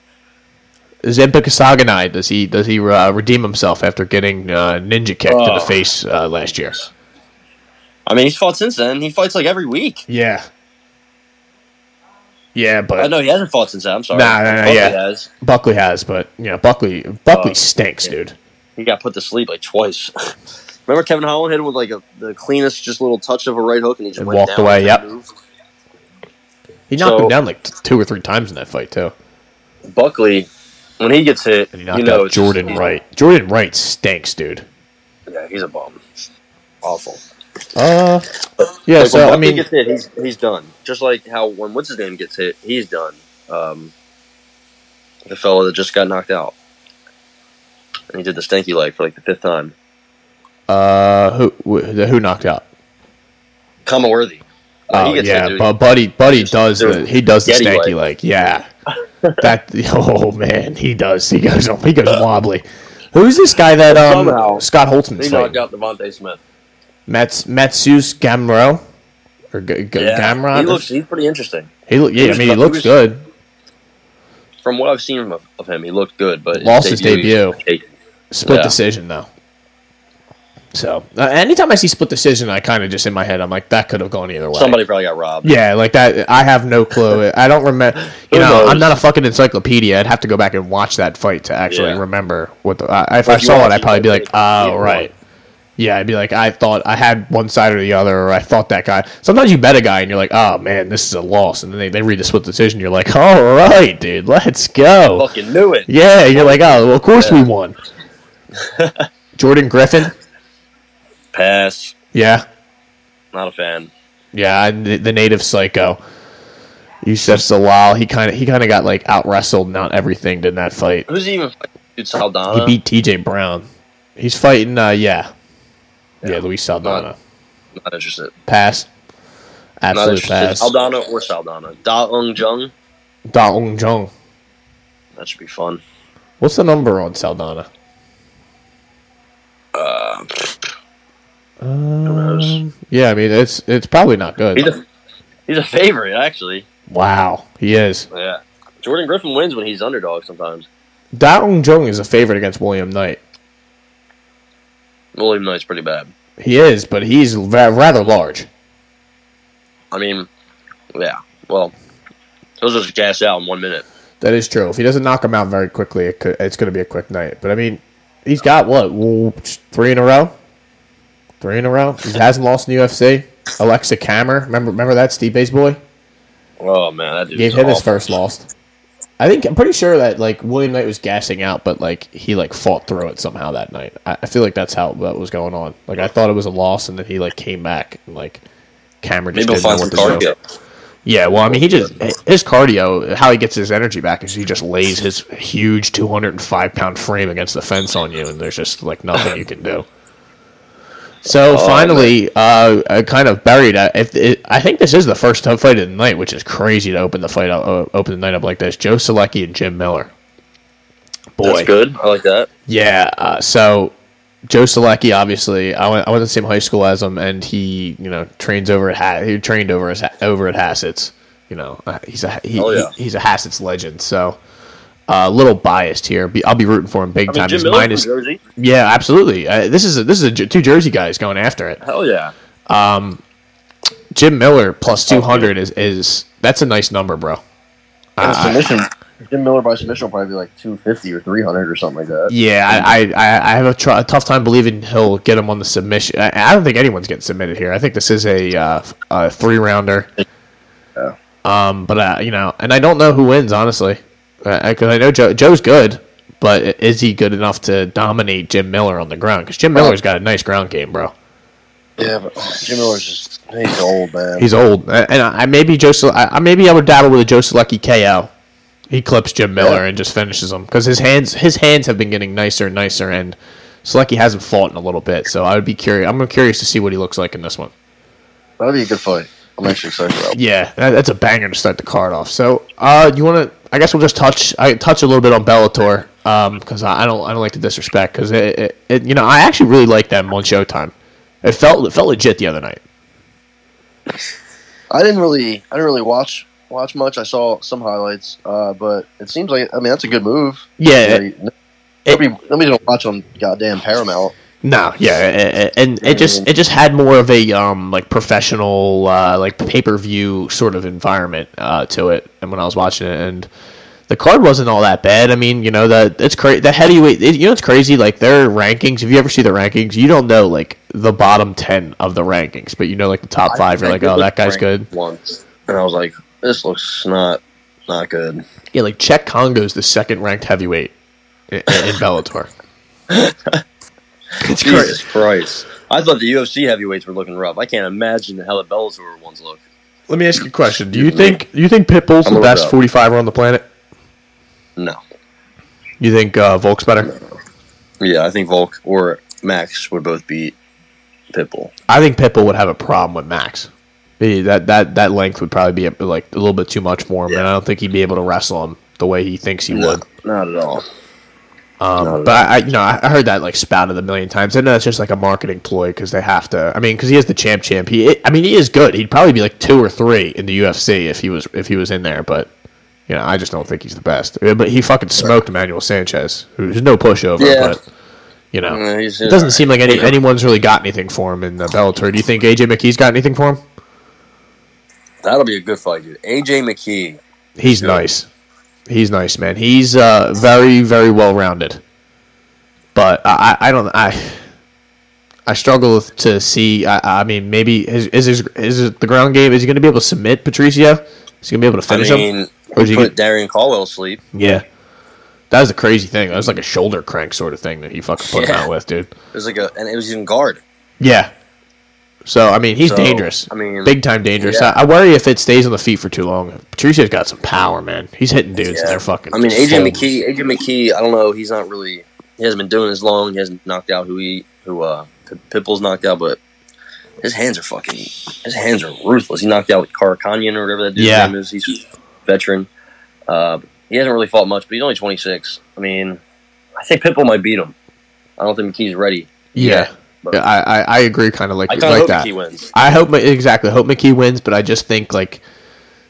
Zempa Kasaganai, does he does he uh, redeem himself after getting uh, ninja kicked in
Oh.
the face uh, last year?
I mean, he's fought since then. He fights like every week.
Yeah. Yeah, but
I know he hasn't fought since then. I'm sorry.
Nah, nah, nah,
Buckley
yeah.
has.
Buckley has, but you know, Buckley Buckley
Oh,
stinks, dude.
He got put to sleep like twice. (laughs) Remember Kevin Holland hit him with like a, the cleanest, just little touch of a right hook, and he just
And
went
walked
down
away,
and
yep.
moved.
He knocked
So-
him down like t- two or three times in that fight too.
Buckley, when he gets hit,
And he
you
knocked
know,
out
it's
Jordan
just-
Wright. Jordan Wright stinks, dude.
Yeah, he's a bum. Awful.
Uh, yeah.
Like, when
so I
Buckley
mean,
gets hit, he's he's done. Just like how when what's his name gets hit, he's done. Um, the fellow that just got knocked out, and he did the stanky leg for like the fifth time.
uh, who wh- the- who knocked out?
Kama Worthy. When
Oh
he gets
yeah,
hit, dude,
but buddy, buddy does
Dude,
the he does the
Yeti
stanky
leg.
leg.
(laughs)
Yeah, that oh man, he does. He goes he
(laughs)
goes wobbly. Who's this guy that um
Somehow,
Scott
he
Holtzman's
knocked
fighting?
out Devontae Smith.
Mats Matsus Gamro or G- G- Gamrot?
he looks he's pretty interesting.
He look- yeah,
he
I
was-
mean he
he
looks
was-
good.
From what I've seen of, of him, he looked good, but
Lost his
he was shaky.
Split
Yeah.
decision though. So uh, anytime I see split decision, I kind of just in my head I'm like that could have gone either way.
Somebody probably got robbed.
Yeah, like that. I have no clue. I don't remember. You
(laughs) Who
know,
knows?
I'm not a fucking encyclopedia. I'd have to go back and watch that fight to actually
Yeah.
remember what the. I, if I
Like, you
saw it,
watch
I'd probably be
it,
like,
it's
oh
either
right.
one.
Yeah, I'd be like, I thought I had one side or the other, or I thought that guy. Sometimes you bet a guy and you're like, oh man, this is a loss, and then they, they read the split decision. You're like, all right, dude, let's go.
fucking knew it.
Yeah, you're like, oh, well, of course we won. Jordan Griffin.
Pass.
Yeah,
Not a fan.
Yeah, and the, the native psycho. Yusef Salal, he kind of he kind of got like out wrestled, not everything in that fight.
Who's he even? fighting? Dude,
He
Saldana.
beat T.J. Brown. He's fighting, uh, yeah, yeah, Luis Saldana.
Not- Not interested.
pass,
Not
absolute
interested.
pass.
Aldana or Saldana. Da Ung Jung.
Da Ung Jung.
That should be fun.
What's the number on Saldana? Um, yeah, I mean it's it's probably not
He's
good.
a, he's a favorite, actually.
Wow, he is.
Yeah. Jordan Griffin wins when he's underdog sometimes.
Da Ung Jung is a favorite against William Knight.
William Knight's pretty bad.
He is, but he's ra- rather large.
I mean, yeah. Well, he'll just gas out in one minute.
That is true. If he doesn't knock him out very quickly, it could, it's going to be a quick night. But I mean, he's got what w- three in a row, three in a row. He hasn't lost in the UFC. Alexa Kammer, remember remember that Steve Bay's boy
Oh, man. That dude
gave him his first loss.
I think I'm pretty sure that like William Knight was gassing out, but like he like fought through it somehow that night. I, I feel like that's how that was going on. Like I thought it was a loss, and then he like came back and like Cameron just
Maybe we'll
didn't know
find some
what to do.
cardio.
Yeah, well, I mean, he just his cardio, how he gets his energy back is he just lays his huge 205 pound frame against the fence on you, and there's just like nothing you can do. So
Oh,
finally, uh, I kind of buried. I- If it, I think this is the first tough fight of the night, which is crazy to open the fight up, uh, open the night up like this. Joe Selecki and Jim Miller. Boy,
That's good. I like that.
yeah. Uh, so Joe Selecki, obviously, I went, I went to the same high school as him, and he, you know, trains over at ha- he trained over as over at Hassett's. You know, uh, he's a he,
Oh, yeah.
he- he's a Hassett's legend. So uh, a little biased here. Be, I'll be rooting for him big
I mean,
time.
Jim
His
Miller's
mind
from
is-
Jersey.
yeah, absolutely. Uh, this is a, this is a, Jer- two Jersey guys going after it.
Hell yeah.
Jim Miller plus two hundred is is that's a nice number, bro.
And
Uh,
submission. Jim Miller by submission will probably be like 250 or 300 or something like that.
Yeah, I, I- I, I have a, tr- a tough time believing he'll get him on the submission. I, I don't think anyone's getting submitted here. I think this is a, uh, a three rounder. Um, but uh, you know, and I don't know who wins honestly, because I, 'cause I know Joe, Joe's good, but i- is he good enough to dominate Jim Miller on the ground? Because Jim Miller's got a nice ground game, bro.
Yeah, but Jim Miller's just, he's old, man.
He's old, A- and I, I maybe Joe, Sele- I, I- maybe I would dabble with a Joe Selecki KO. He clips Jim Miller
Yeah.
and just finishes him because his hands his hands have been getting nicer and nicer, and Selecki hasn't fought in a little bit. So I would be curious. I'm curious to see what he looks like in this one.
That'll be a good fight. I'm actually excited about it.
Yeah, that, that's a banger to start the card off. So uh, you want to? I guess we'll just touch I touch a little bit on Bellator because I, I don't I don't like to disrespect because it, it, it you know I actually really like them on Showtime. It felt it felt legit the other night.
I didn't really, I didn't really watch watch much. I saw some highlights, uh, but it seems like, I mean, that's a good move.
Yeah,
You know, nobody, nobody's gonna watch on goddamn Paramount.
No, yeah, a- a- and it just it just had more of a um like professional uh, like pay per view sort of environment uh, to it. And when I was watching it, and the card wasn't all that bad. I mean, you know the it's crazy the heavyweight. It, you know it's crazy like their rankings. If you ever see the rankings, you don't know like the bottom ten of the rankings, but you know like the top five. You're like, oh, that guy's good.
Once, and I was like, this looks not not good.
Yeah, like Czech Congo's the second ranked heavyweight in, in Bellator. it's crazy.
Jesus Christ! I thought the UFC heavyweights were looking rough. I can't imagine the hell a Bellator ones look.
Let me ask you a question. Do you think do you think Pitbull's
I'm
the
gonna
best
go.
45er on the planet?
No.
You think uh, Volk's better?
Yeah, I think Volk or Max would both beat Pitbull.
I think Pitbull would have a problem with Max. He- That that that length would probably be a- like a little bit too much for him, and I don't think he'd be able to wrestle him the way he thinks he
No,
would.
not at all.
Um, but I, I you know I I heard that like spouted a million times. I know that's just like a marketing ploy because they have to. I mean, because he is the champ, champ. He I mean he is good. He'd probably be like two or three in the UFC if he was if he was in there. But you know I just don't think he's the best. Yeah, But he fucking smoked Emmanuel Sanchez, who's no pushover.
Yeah.
But you know
Yeah, he's-
it doesn't seem like any anyone's really got anything for him in the Bellator. Do you think AJ McKee's got anything for him?
That'll be a good fight, dude. AJ McKee.
He's nice. He's nice, man. He's uh, very, very well rounded. But I, I I don't, I, I struggle to see. I, I mean, maybe is is his, is it the ground game? Is he going to be able to submit Patricio? Is he going to be able to
I
finish
mean,
him? Or is
he
he
put
gonna-
Darian Caldwell to sleep.
Yeah, that was a crazy thing. That was like a shoulder crank sort of thing that he fucking put him
Yeah.
out with, dude.
It was like a, and it was in guard.
Yeah. So I mean, he's
So,
dangerous.
I mean,
big time dangerous.
yeah.
I, I worry if it stays on the feet for too long. Patricio's got some power, man. He's hitting dudes and they're fucking.
I mean, AJ
folding.
McKee. AJ McKee. I don't know. He's not really. He hasn't been doing as long. He hasn't knocked out who he who uh P- Pitbull's knocked out, but his hands are fucking. His hands are ruthless. He knocked out like Karakanyan or whatever that dude's
Yeah.
name is. He's a veteran. Uh, he hasn't really fought much, but he's only 26. I mean, I think Pitbull might beat him. I don't think McKee's ready.
Yeah,
but-
yeah I, I I agree, kind of like
I kind of
like
hope
that.
McKee wins.
I hope Ma- exactly hope McKee wins, but I just think like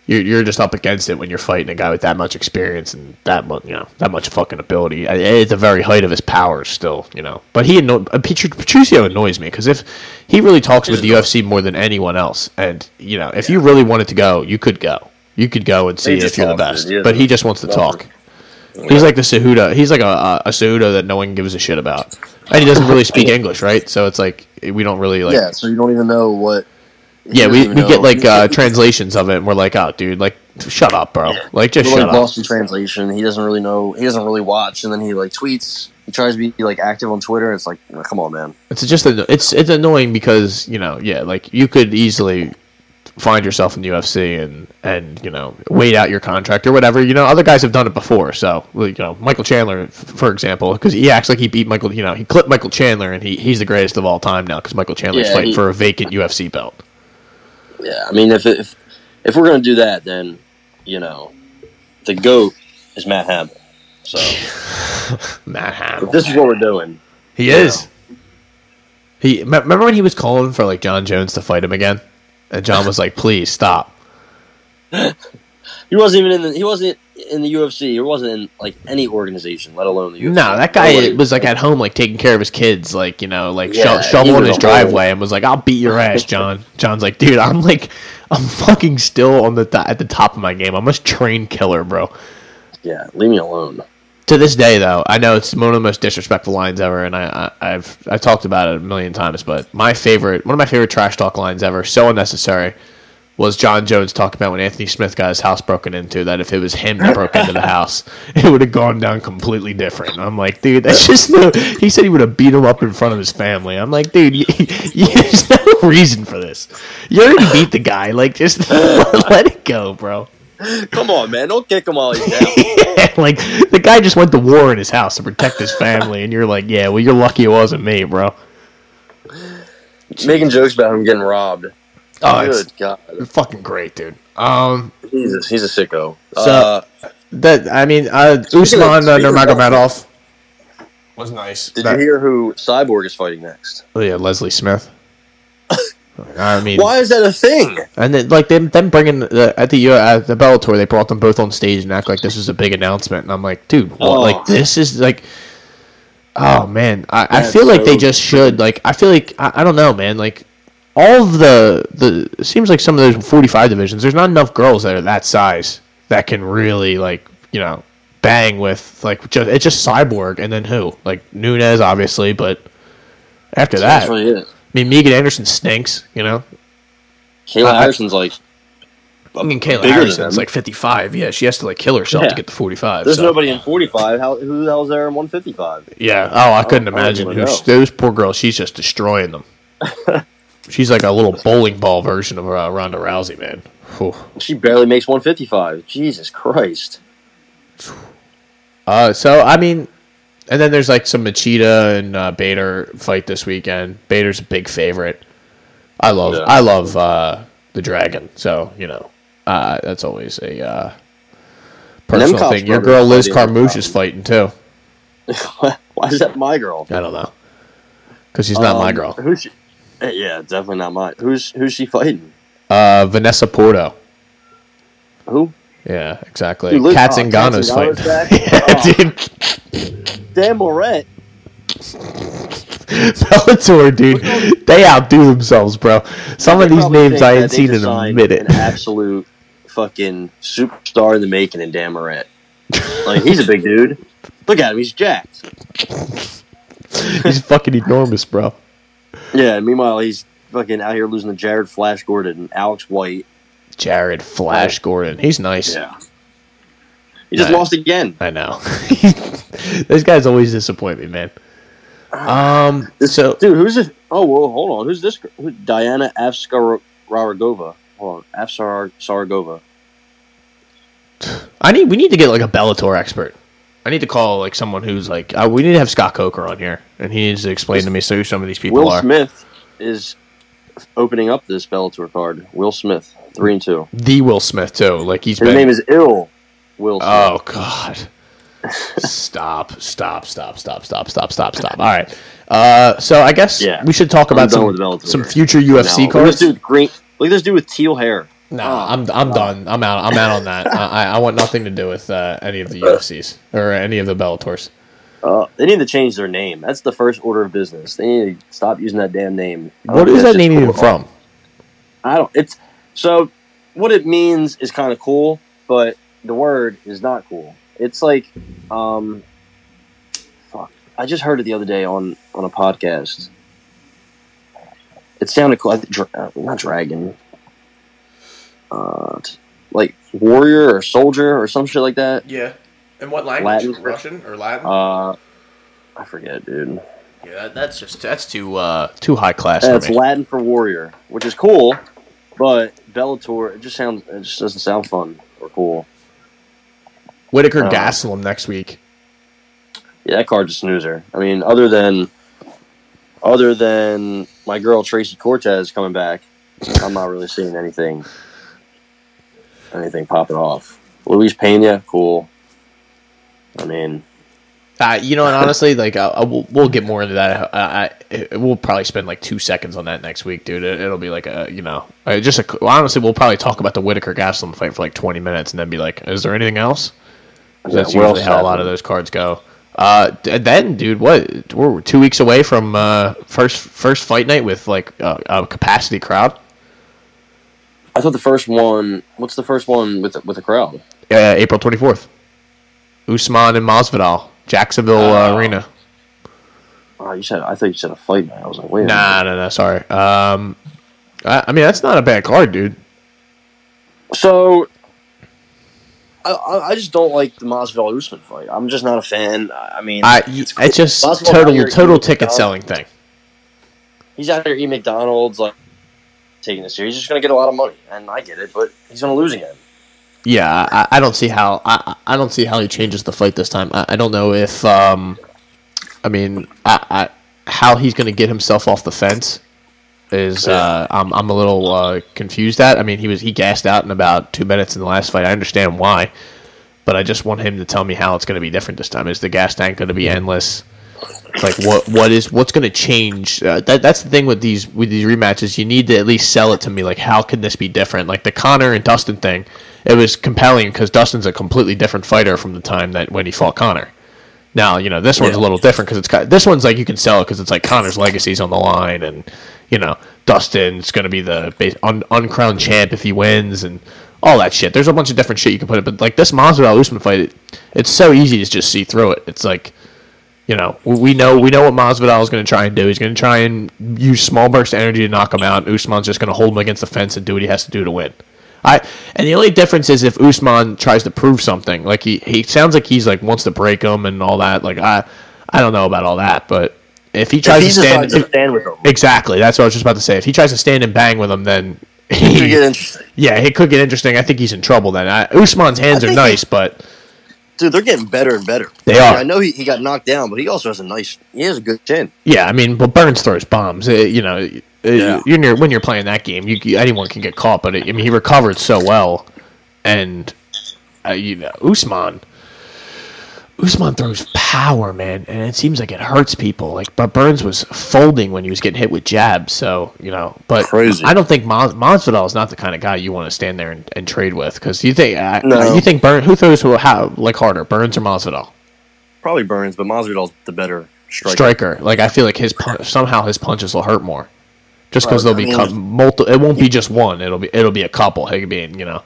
you're you're just up against it when you're fighting a guy with that much experience and that much you know that much fucking ability I- at the very height of his powers still you know. But he anno- uh, Patri- Patricio annoys me because if he really talks with the UFC more than anyone else, and you know if you really wanted to go, you could go, you could go and see
just
if you're the
talks,
best.
dude. Yeah.
But he just wants to talk. He's like the Cejudo. He's like a, a, a Cejudo that no one gives a shit about, and he doesn't really
(laughs)
speak English, right? So it's like we don't really like.
so you don't even know what.
Yeah, we, we get like uh,
(laughs) translation.
translations of it, and we're like, oh, dude, like Shut up, bro. Like just
like
shut up.
lost in translation. He doesn't really know. He doesn't really watch, and then he like tweets. He tries to be like active on Twitter. It's like, come on, man.
It's just anno- it's it's annoying because you know yeah like you could easily find yourself in the UFC and and you know wait out your contract or whatever you know other guys have done it before so like, you know Michael Chandler f- for example because he acts like he beat Michael you know he clipped Michael Chandler and he, he's the greatest of all time now because Michael Chandler's
Yeah,
fighting
he-
for a vacant UFC belt
Yeah, I mean, if if if we're gonna do that, then you know, the goat is Matt Hamill. So
Matt
if
Hamill
this is what we're doing.
he is he me- remember when he was calling for like John Jones to fight him again and John was like please stop
He wasn't even in the. He wasn't in the UFC. He wasn't in like any organization, let alone the UFC.
No, that guy was like at home, like taking care of his kids, like you know, like sho-
Yeah, he
shoveling
was
his
a
driveway, and was like, "I'll beat your ass,
(laughs)
John." John's like, "Dude, I'm like, I'm fucking still on the th- at the top of my game. I'm a trained killer, bro."
Yeah, leave me alone.
To this day, though, I know it's one of the most disrespectful lines ever, and I, I I've I've talked about it a million times, but my favorite, one of my favorite trash talk lines ever, so unnecessary. Was John Jones talking about when Anthony Smith got his house broken into? That if it was him that broke into the house, it would have gone down completely different. I'm like, dude, that's just no. He said he would have beat him up in front of his family. I'm like, dude, you, you, there's no reason for this. You already beat the guy. Like, just (laughs) let it go, bro.
Come on, man! Don't kick him while he's down.
(laughs) like the guy just went to war in his house to protect his family, and you're like, yeah, well, you're lucky it wasn't me, bro.
(laughs) Making jokes about him getting robbed.
Oh, it's
Good God!
fucking great, dude. Um,
Jesus, he's a sicko.
So-
uh,
that I mean, uh,
Speaking of-
Usman uh,
speaking of-
Nurmagomedov was nice.
did
That-
you hear who Cyborg is fighting next?
Oh, yeah, Leslie
(laughs)
Smith. I mean,
Why is that a thing?
and then, like them, them bringing the, at the uh, at the Bellator, they brought them both on stage and act like this was a big announcement. And I'm like, dude, what?
Oh.
Like this is like, oh man, I, I
That's
feel like they
so-
just should. Like I feel like I, I don't know, man. Like all of the the it seems like some of those 45 divisions, there's not enough girls that are that size that can really like you know bang with like just it's just cyborg and then who like Nunez obviously, but after that,
That's what it is.
I mean Megan Anderson stinks, you know.
Kayla
I-
Harrison's like
I mean, Kayla
bigger than
Harrison's
them.
like 55. Yeah, she has to like kill herself
Yeah.
to get the 45.
There's
so-
nobody in 45. How who the hell's there in 155?
Yeah. Oh, I couldn't
I don't
imagine.
even
Who,
know.
those poor girls. She's just destroying
(laughs)
them. she's like a little bowling ball version of uh, Ronda Rousey, man. Whew.
She barely makes 155. Jesus Christ. (laughs)
Uh, so I mean, and then there's like some Machida and uh, Bader fight this weekend. Bader's a big favorite. I love.
Yeah.
I love uh, the Dragon. So you know, uh, that's always a uh, personal
Nemkov's
thing. Your
brother
girl Liz
might be a little
Carmouche is fighting too.
Why is that my girl?
I don't know. Because she's not my
Um,
girl.
Who's she? eh, Yeah, definitely not mine. Who's who's she fighting?
Uh, Vanessa Porto.
Who?
Yeah, exactly.
Dude, look-
Cats
oh,
and
Katz
Gano's
and
fighting.
Gano's
(laughs)
back?
yeah,
Oh.
dude.
Dan Moret.
Bellator, dude. They outdo themselves, bro. Some of
They
these
probably
names
think
I
that
ain't
they
seen
just
in a
signed
minute.
(laughs) An absolute fucking superstar in the making in Dan Moret. Like he's a big dude. Look at him. He's jacked.
He's fucking enormous, bro.
Yeah. Meanwhile, he's fucking out here losing to Jared Flash Gordon and Alex White.
Jared Flash Gordon. He's nice.
Yeah. He just
Right.
lost again.
I know. (laughs) Those guys always disappoint me, man. Um,
This-
so
Dude, who's this? Oh, whoa, hold on. Who's this? girl? Who, Diana Afsaragova. Hold on. Afsaragova.
I need we need to get like a Bellator expert. I need to call like someone who's like uh, we need to have Scott Coker on here, and he needs to explain to me so who some of these people
Will
are.
Smith is opening up this Bellator card. Will Smith, 3 and 2.
The Will Smith too. Like he's
His
been.
name is Ill Will Smith.
oh God. stop! Stop! Stop! Stop! Stop! Stop! Stop! Stop! All right. Uh, so I guess
Yeah.
we should talk
I'm
about
done with
some
Bellator.
some future
No,
UFC
Look at
cards.
this dude, with green, look at this dude with teal hair.
No, I'm
Oh.
I'm done. I'm out. I'm out on that. I, I I want nothing to do with uh, any
(laughs)
of the UFCs or any of the Bellators.
Uh, they need to change their name. That's the first order of business. They need to stop using that damn name. I
What
don't
is that
think that's
name
just
even
cool.
from?
I don't. It's so what it means is kind of cool, but the word is not cool. It's like, um, fuck. I just heard it the other day on on a podcast. It sounded cool. I think, dra- uh, not dragon. Uh, t- like warrior or soldier or some shit like that.
Yeah. And what language?
Latin.
Russian or Latin?
Uh, I forget, dude.
Yeah, that- that's just that's too uh, too high class for
That's
me.
Latin for warrior, which is cool, but Bellator it just sounds it just doesn't sound fun or cool.
Whitaker
Uh,
Gaslam next week.
Yeah, that card's a snoozer. I mean, other than other than my girl Tracy Cortez coming back, I'm not really seeing anything anything popping off. Luis Pena, cool. I mean,
Uh, you know, and honestly, like I, I will, we'll get more into that. I, I, we'll probably spend like two seconds on that next week, dude. It, it'll be like a you know, uh, just a c honestly, we'll probably talk about the Whitaker Gaslam fight for like twenty minutes, and then be like, is there anything else? 'Cause that's
yeah, what
usually
else
how a lot
happened?
of those cards go. Uh, d- then, dude, what we're two weeks away from uh, first first fight night with like uh, a capacity crowd.
I thought the first one. What's the first one with the, with the crowd?
uh, April 24th. Usman and Masvidal, Jacksonville uh,
Oh.
Arena.
Oh, you said I thought you said a fight night. I was like, wait, a
Nah, no, no, sorry. Um, I, I mean, that's not a bad card, dude.
minute. So I, I I just don't like the Masvidal Usman fight. I'm just not a fan. I I mean,
I, it's,
cool.
just
Masvidal out
total
here
total
eating
ticket
dogs.
selling thing.
he's out here eating McDonald's, like taking this serious. He's just gonna get a lot of money, and I get it, but he's gonna lose again.
Yeah, I, I don't see how I, I I don't see how he changes the fight this time. I, I don't know if um, I mean, I, I how he's going to get himself off the fence is uh, I'm I'm a little uh, confused at. I mean, he was he gassed out in about two minutes in the last fight. I understand why, but I just want him to tell me how it's going to be different this time. Is the gas tank going to be endless? Like what what is what's going to change? Uh, that that's the thing with these with these rematches. You need to at least sell it to me. Like how can this be different? Like the Connor and Dustin thing, it was compelling because Dustin's a completely different fighter from the time that when he fought Connor. Now you know this one's a little different because it's got, this one's like you can sell it because it's like Connor's legacy's on the line, and you know Dustin's going to be the base, un, uncrowned champ if he wins, and all that shit. There's a bunch of different shit you can put it, but like this Masvidal Usman fight, it, it's so easy to just see through it. It's like you know we- we know we know what Masvidal is going to try and do. He's going to try and use small burst energy to knock him out. Usman's just going to hold him against the fence and do what he has to do to win. I and the only difference is if Usman tries to prove something. Like he, he sounds like he's like wants to break him and all that. Like I I don't know about all that, but if he tries
If he
to stand
decides to
if-
stand with him,
exactly, that's what I was just about to say. If he tries to stand and bang with him, then
you get
he,
interesting.
(laughs) yeah, it could get interesting. I think he's in trouble then. I, Usman's hands are
think
nice, but
Dude, they're getting better and better.
They
I mean,
are.
I know he, he got knocked down, but he also has a nice. He has a good chin.
yeah, I mean, but Burns throws bombs. Uh, you know, uh,
Yeah.
you're near, when you're playing that game, you, you- anyone can get caught. But it, I mean, he recovered so well, and uh, you know, Usman. Usman throws power, man, and it seems like it hurts people. Like, but Burns was folding when he was getting hit with jabs, so you know. But
Crazy.
I don't think Mas- Masvidal is not the kind of guy you want to stand there and, and trade with because you think I,
No.
you think Burns who throws who, how like harder, Burns or Masvidal?
Probably Burns, but Masvidal's the better striker.
striker. Like I feel like his pun- somehow his punches will hurt more, just because
Right,
they'll be
I
cut
mean-
multiple. It won't be just one. It'll be it'll be a couple. It could be you know.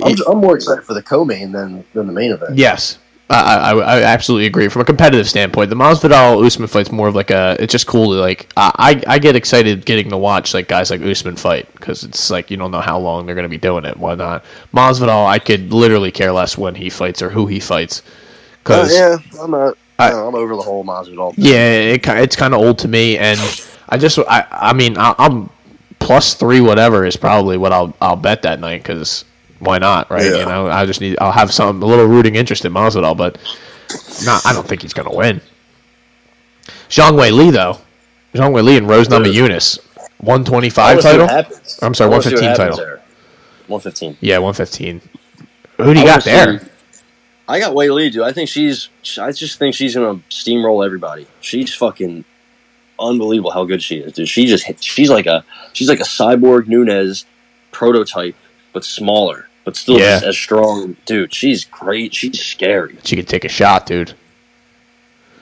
I'm, I'm more excited for the co-main than than the main event.
Yes, I, I, I absolutely agree. From a competitive standpoint, the Masvidal Usman fight's more of like a. It's just cool to like. I I I get excited getting to watch like guys like Usman fight because it's like you don't know how long they're going to be doing it. Why not Masvidal? I could literally care less when he fights or who he fights.
Uh,
Because
yeah, I'm not.
I-
no, I'm over the whole Masvidal.
Yeah, it, ki- it's kind of old to me, and I just I I mean I, I'm plus three whatever is probably what I'll I'll bet that night because why not right?
Yeah.
You know I just need I'll have some a little rooting interest in Masvidal, but not I don't think he's gonna win. Zhang Wei Li though, Zhang Wei Li and Rose Namajunas, one twenty five title. I'm sorry, 115 title.
One fifteen.
Yeah, one fifteen. Who do you got there?
I got Wei Lee, dude. I think she's. I just think she's gonna steamroll everybody. She's fucking unbelievable how good she is, dude. She just hit. She's like a. She's like a cyborg Nunez prototype, but smaller, but still
Yeah.
just as strong, dude. She's great. She's scary.
She could take a shot, dude.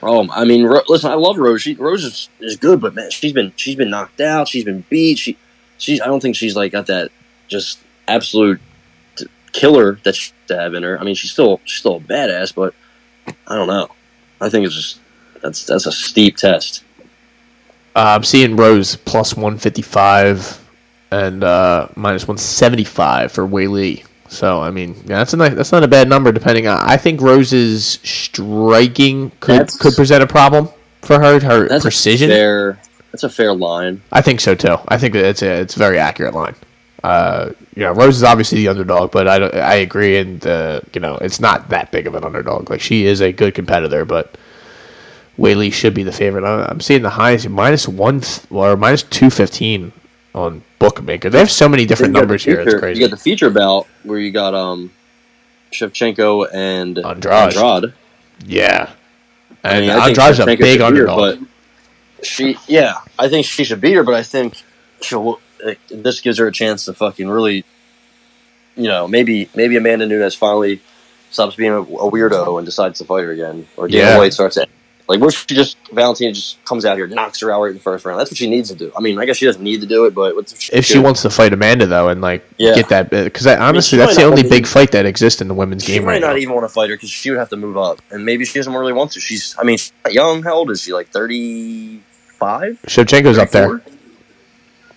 Um, I mean, Ro- listen, I love Rose. She, Rose is, is good, but man, she's been she's been knocked out. She's been beat. She she's. I don't think she's like got that just absolute t- killer that she to have in her. I mean, she's still she's still a badass, but I don't know. I think it's just that's that's a steep test.
Uh, I'm seeing Rose plus 155. and uh, minus one seventy five for Whaley. So I mean, yeah, that's a nice, that's not a bad number. Depending on, I think Rose's striking could
That's-
could present a problem for her. Her
That's
precision,
A fair, that's a fair line.
I think so too. I think that it's a it's a very accurate line. Uh, you know, Rose is obviously the underdog, but I, don't- I agree, and uh, you know, it's not that big of an underdog. Like she is a good competitor, but Whaley should be the favorite. I- I'm seeing the highest minus one th- or minus two fifteen on bookmaker. They have so many different
You got the
numbers here. It's
feature-
crazy.
You got the feature bout where you got um Shevchenko and
Andrade. yeah,
I
and
mean,
I
I
Andrade's
think
a
Shevchenko should
big
beat her,
underdog.
but she, yeah, I think she should beat her, but I think she'll. uh, This gives her a chance to fucking really, you know, maybe maybe Amanda Nunes finally stops being a, a weirdo and decides to fight her again, or Dana
Yeah.
White starts it. Like, what if she just Valentina just comes out here, knocks her out right in the first round? That's what she needs to do. I mean, I guess she doesn't need to do it, but what's
if she wants to fight Amanda though, and like
Yeah.
get that, because I, honestly,
she might
that's the
not
only
be-
big fight that exists in the women's
she
game
might
right
not
now.
even want to fight her because she would have to move up, and maybe she doesn't really want to. She's, I mean, she's not young. How old is she? Like thirty five.
Shevchenko's up there.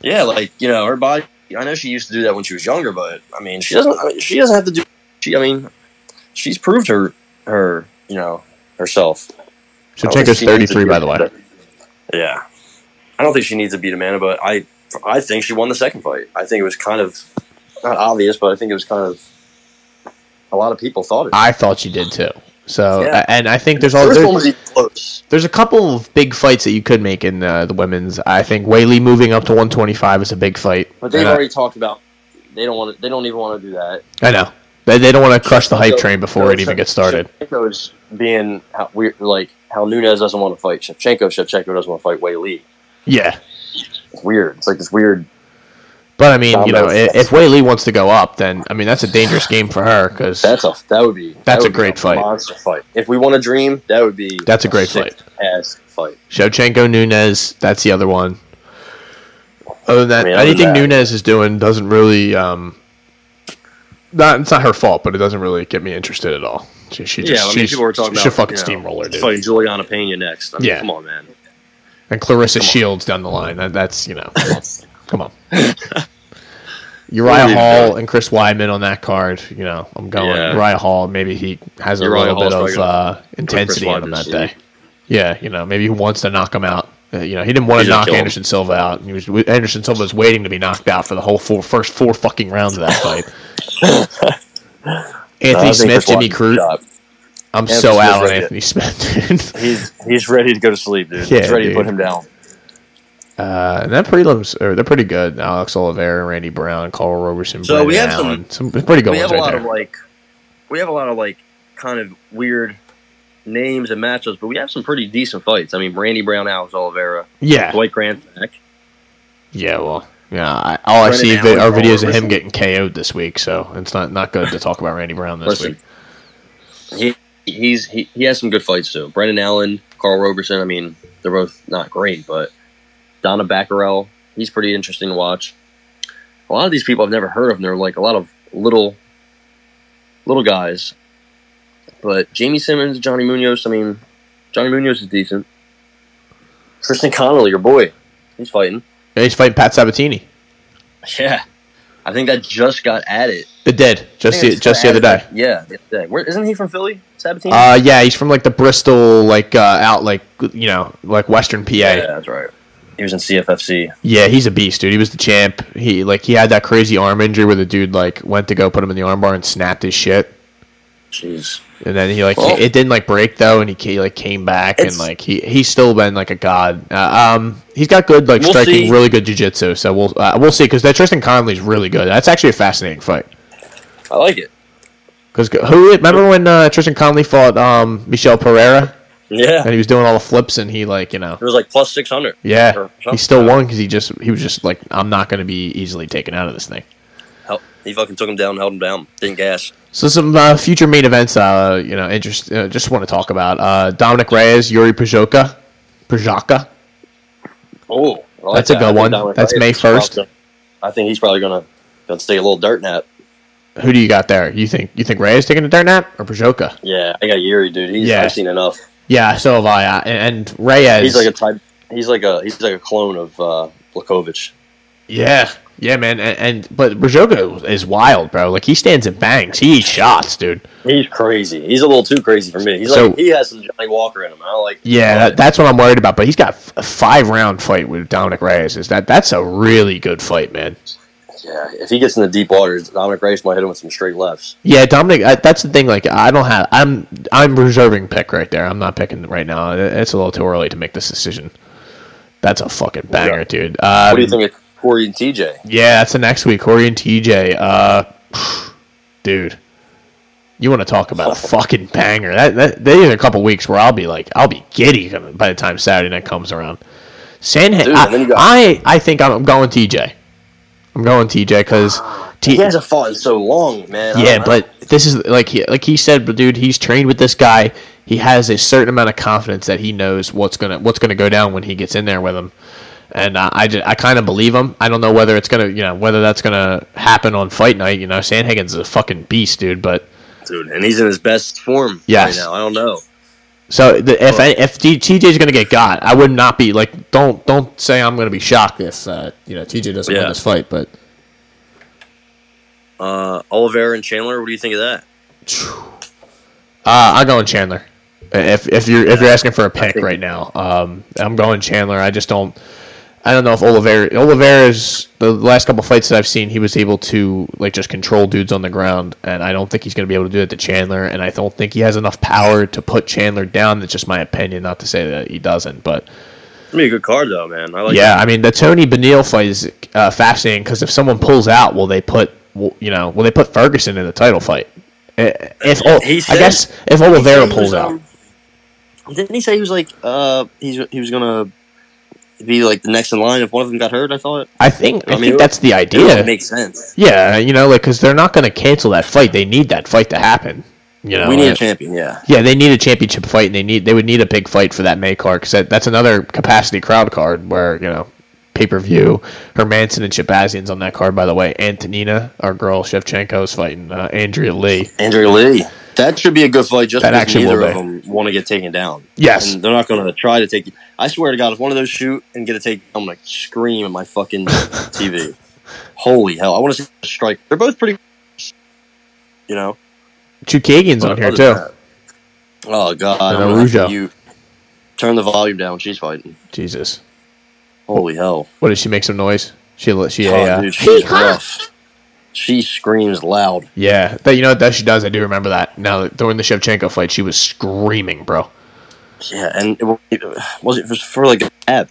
Yeah, like you know, her body. I know she used to do that when she was younger, but I mean, she doesn't. I mean, she doesn't have to do. She, I mean, she's proved her her you know herself. I don't
Shevchenko's
think Oh, she needs to
33,
be-
by the way.
Yeah, I don't think she needs to beat Amanda, but I I think she won the second fight. I think it was kind of not obvious, but I think it was kind of a lot of people thought it.
I thought she did too. So,
Yeah.
a- and I think there's all
First one was
there's,
even close.
there's a couple of big fights that you could make in uh, the women's. I think Whaley moving up to 125 is a big fight.
But they've
And I-
already talked about they don't want to, they don't even want to do that.
I, know they, they don't want to crush the hype
So-
train before
so
it even gets started.
Shevchenko is being how weird, like how Nunez doesn't want to fight Shevchenko. Shevchenko doesn't want to fight Wei Lee.
Yeah,
It's weird. It's like this weird.
but I mean, you know,
Domino's.
if, if Whaley wants to go up, then I mean that's a dangerous game for her because
That's a that would be
That's
that
a
would be
great fight.
monster fight. If we want to dream, that would be
That's a great
sick ass fight.
Shevchenko Nunez. That's the other one. Other than that,
I mean, other than
anything
that-
Nunez is doing doesn't really. Um, not it's not her fault, but it doesn't really get me interested at all. She, she just, she's- she's a fucking steamroller, dude.
Fighting Juliana Pena next. I mean,
Yeah.
come on, man.
And Clarissa Shields down the line. That, that's you know,
(laughs)
come on. Uriah
Believe
Hall and Chris Wyman on that card. You know, I'm going
Yeah.
Uriah Hall. Maybe he has a
Uriah
little
Hall's probably
bit of
gonna
uh, intensity on him
Wyman's
that day. Yeah, you know, maybe he wants to knock him out. Uh, you know, he didn't want
He's
to
gonna
knock
kill him.
Anderson Silva out. He was Anderson Silva was waiting to be knocked out for the whole four first four fucking rounds of that
(laughs)
fight.
I
Anthony
think
Smith,
Chris
Jimmy
Wyman's
Crute.
shot.
I'm
Anthony
so
Smith's
out on
ready.
Anthony Smith. dude. (laughs)
He's he's ready to go to sleep, dude.
Yeah,
he's ready
dude.
to put him down.
Uh, and that prelims, or they're pretty good. Alex Oliveira, Randy Brown, Carl Roberson,
So we
Brandon
have some-
Allen. some, pretty good
we
ones
have a
right
lot
there.
of like we have a lot of like kind of weird names and matchups, but we have some pretty decent fights. I mean, Randy Brown, Alex Oliveira,
yeah,
Dwight Grant, back.
yeah. Well, yeah. I, all I
Brandon
see
Allen,
vi- are
Carl
videos of
Roberson.
him getting KO'd this week, so it's not not good to talk about Randy Brown this
Listen.
week.
He he's he, he has some good fights too. Brendan Allen, Carl Roberson. I mean, they're both not great, but Donna Baccarel, he's pretty interesting to watch. A lot of these people I've never heard of, and they're like a lot of little little guys. But Jamie Simmons, Johnny Munoz. I mean, Johnny Munoz is decent. Tristan Connolly, your boy, he's fighting.
And he's fighting Pat Sabatini.
Yeah, I think that just got added.
It did just the, just the other day.
Yeah, the other day. Where isn't he from Philly? Sabatini.
Uh, yeah, he's from like the Bristol, like uh, out, like you know, like Western PA.
yeah, that's right. He was in CFFC.
Yeah, he's a beast, dude. He was the champ. He like he had that crazy arm injury where the dude like went to go put him in the armbar and snapped his shit.
Jeez.
and then he like
Well-
it didn't like break though, and he ca- like came back and
It's-
like he he's still been like a god. Uh, um, he's got good like
We'll
striking,
see.
really good jujitsu. So we'll uh, we'll see because that Tristan Conley's really good. That's actually a fascinating fight.
I like it.
Because who remember when uh, Tristan Conley fought um Michelle Pereira
Yeah.
and he was doing all the flips and he like you know
It was like plus 600.
yeah
Or something.
he still won because he just he was just like I'm not going to be easily taken out of this thing.
Hel- He fucking took him down, held him down, didn't gas.
So some uh, future main events, uh, you know, interest. Uh, just want to talk about uh, Dominic Reyes, Yuri Pajoka, Pajoka.
Oh, I like
That's a
that.
good
I think
one.
Dominic
That's
Reyes
May
is probably
1st.
gonna- I think he's probably gonna gonna take a little dirt nap.
Who do you got there? You think you think Reyes taking a dirt nap or Pajoka?
Yeah, I got Yuri, dude. He's
Yeah.
I've seen enough.
Yeah, so have I. Uh, And, and Reyes,
He's like a type. He's like a he's like a clone of uh, Blakovich.
yeah, Yeah, man, and, and but Brajoga is wild, bro. Like he stands in bangs. He eats shots, dude.
He's crazy. He's a little too crazy for me. He's
So-
like he has some Johnny Walker in him. I don't like.
Yeah,
I don't
that, that's what I'm worried about. But he's got f- a five round fight with Dominic Reyes. Is that that's a really good fight, man?
like- yeah. If he gets in the deep waters, Dominic Grace might hit him with some straight lefts.
Yeah, Dominic. I, that's the thing. Like I don't have. I'm I'm reserving pick right there. I'm not picking right now. It- It's a little too early to make this decision. That's a fucking banger, dude. Um,
What do you think of Corey and TJ?
Yeah, that's the next week. Corey and TJ. Uh, (sighs) dude, you want to talk
(laughs)
about a fucking banger? That, that these are a couple weeks where I'll be like, I'll be giddy by the time Saturday night comes around. San,
Dude, and then
I,
you got-
I I think I'm, I'm going TJ. I'm going TJ because T-
He hasn't fought in so long, man. I
yeah,
don't know.
but this is like he, like he said, but dude, he's trained with this guy. He has a certain amount of confidence that he knows what's gonna what's gonna go down when he gets in there with him. And uh, I just, I kind of believe him. I don't know whether it's gonna you know whether that's gonna happen on fight night. You know, Sandhagen's a fucking beast, dude. But
dude, and he's in his best form
Yes.
right now. I don't know.
so the, if I, if D- TJ's gonna get got, I would not be like don't don't say I'm gonna be shocked if uh, you know TJ doesn't
Yeah.
win this fight, but.
Uh, Oliveira and Chandler, what do you think of that?
Uh, I'm going Chandler. If if you're if you're asking for a pick right now, um, I'm going Chandler. I just don't. I don't know if Oliveira. Oliveira's the last couple fights that I've seen, he was able to like just control dudes on the ground, and I don't think he's going to be able to do that to Chandler. And I don't think he has enough power to put Chandler down. That's just my opinion. Not to say that he doesn't, but
It's gonna be a good card though, man. I like.
yeah, I mean the Tony Benil fight is uh, fascinating because if someone pulls out, will they put will- you know will they put Ferguson in the title fight? Eh, If oh,
He
I
said- um,
guess if Oliveira pulls out,
Didn't he say he was like uh he's he was gonna be like the next in line if one of them got hurt? I thought.
I think I,
I mean,
think
it-
that's the
It yeah.
idea.
makes sense.
yeah, you know, like because they're not going to cancel that fight. They need that fight to happen. You know,
we need a
and-
champion. Yeah.
yeah, they need a championship fight, and they need they would need a big fight for that May card because that, that's another capacity crowd card where you know pay per view. Hermanson and Shabazian's on that card, by the way. Antonina, our girl Shevchenko is fighting uh, Andrea Lee.
Andrew Lee. That should be a good fight. Just
That
because
actually
neither
will
of them want to get taken down.
Yes.
and they're not going to try to take. you. I swear to God, if one of those shoot and get a take, I'm going to scream at
(laughs)
my fucking TV. Holy hell! I want to see a strike. They're both pretty. You know.
Chukagian's on here
Other
too.
than that- Oh God! I'm
And
gonna have to
Arujo.
mute. turn the volume down when she's fighting.
Jesus,
Holy hell!
what did she make some noise? She let she
Oh,
a, uh,
dude, she's rough. She screams loud.
yeah. That you know what that she does. I do remember that. Now during the Shevchenko fight, she was screaming, bro.
Yeah, and it wa- it wasn't it was for like a ab.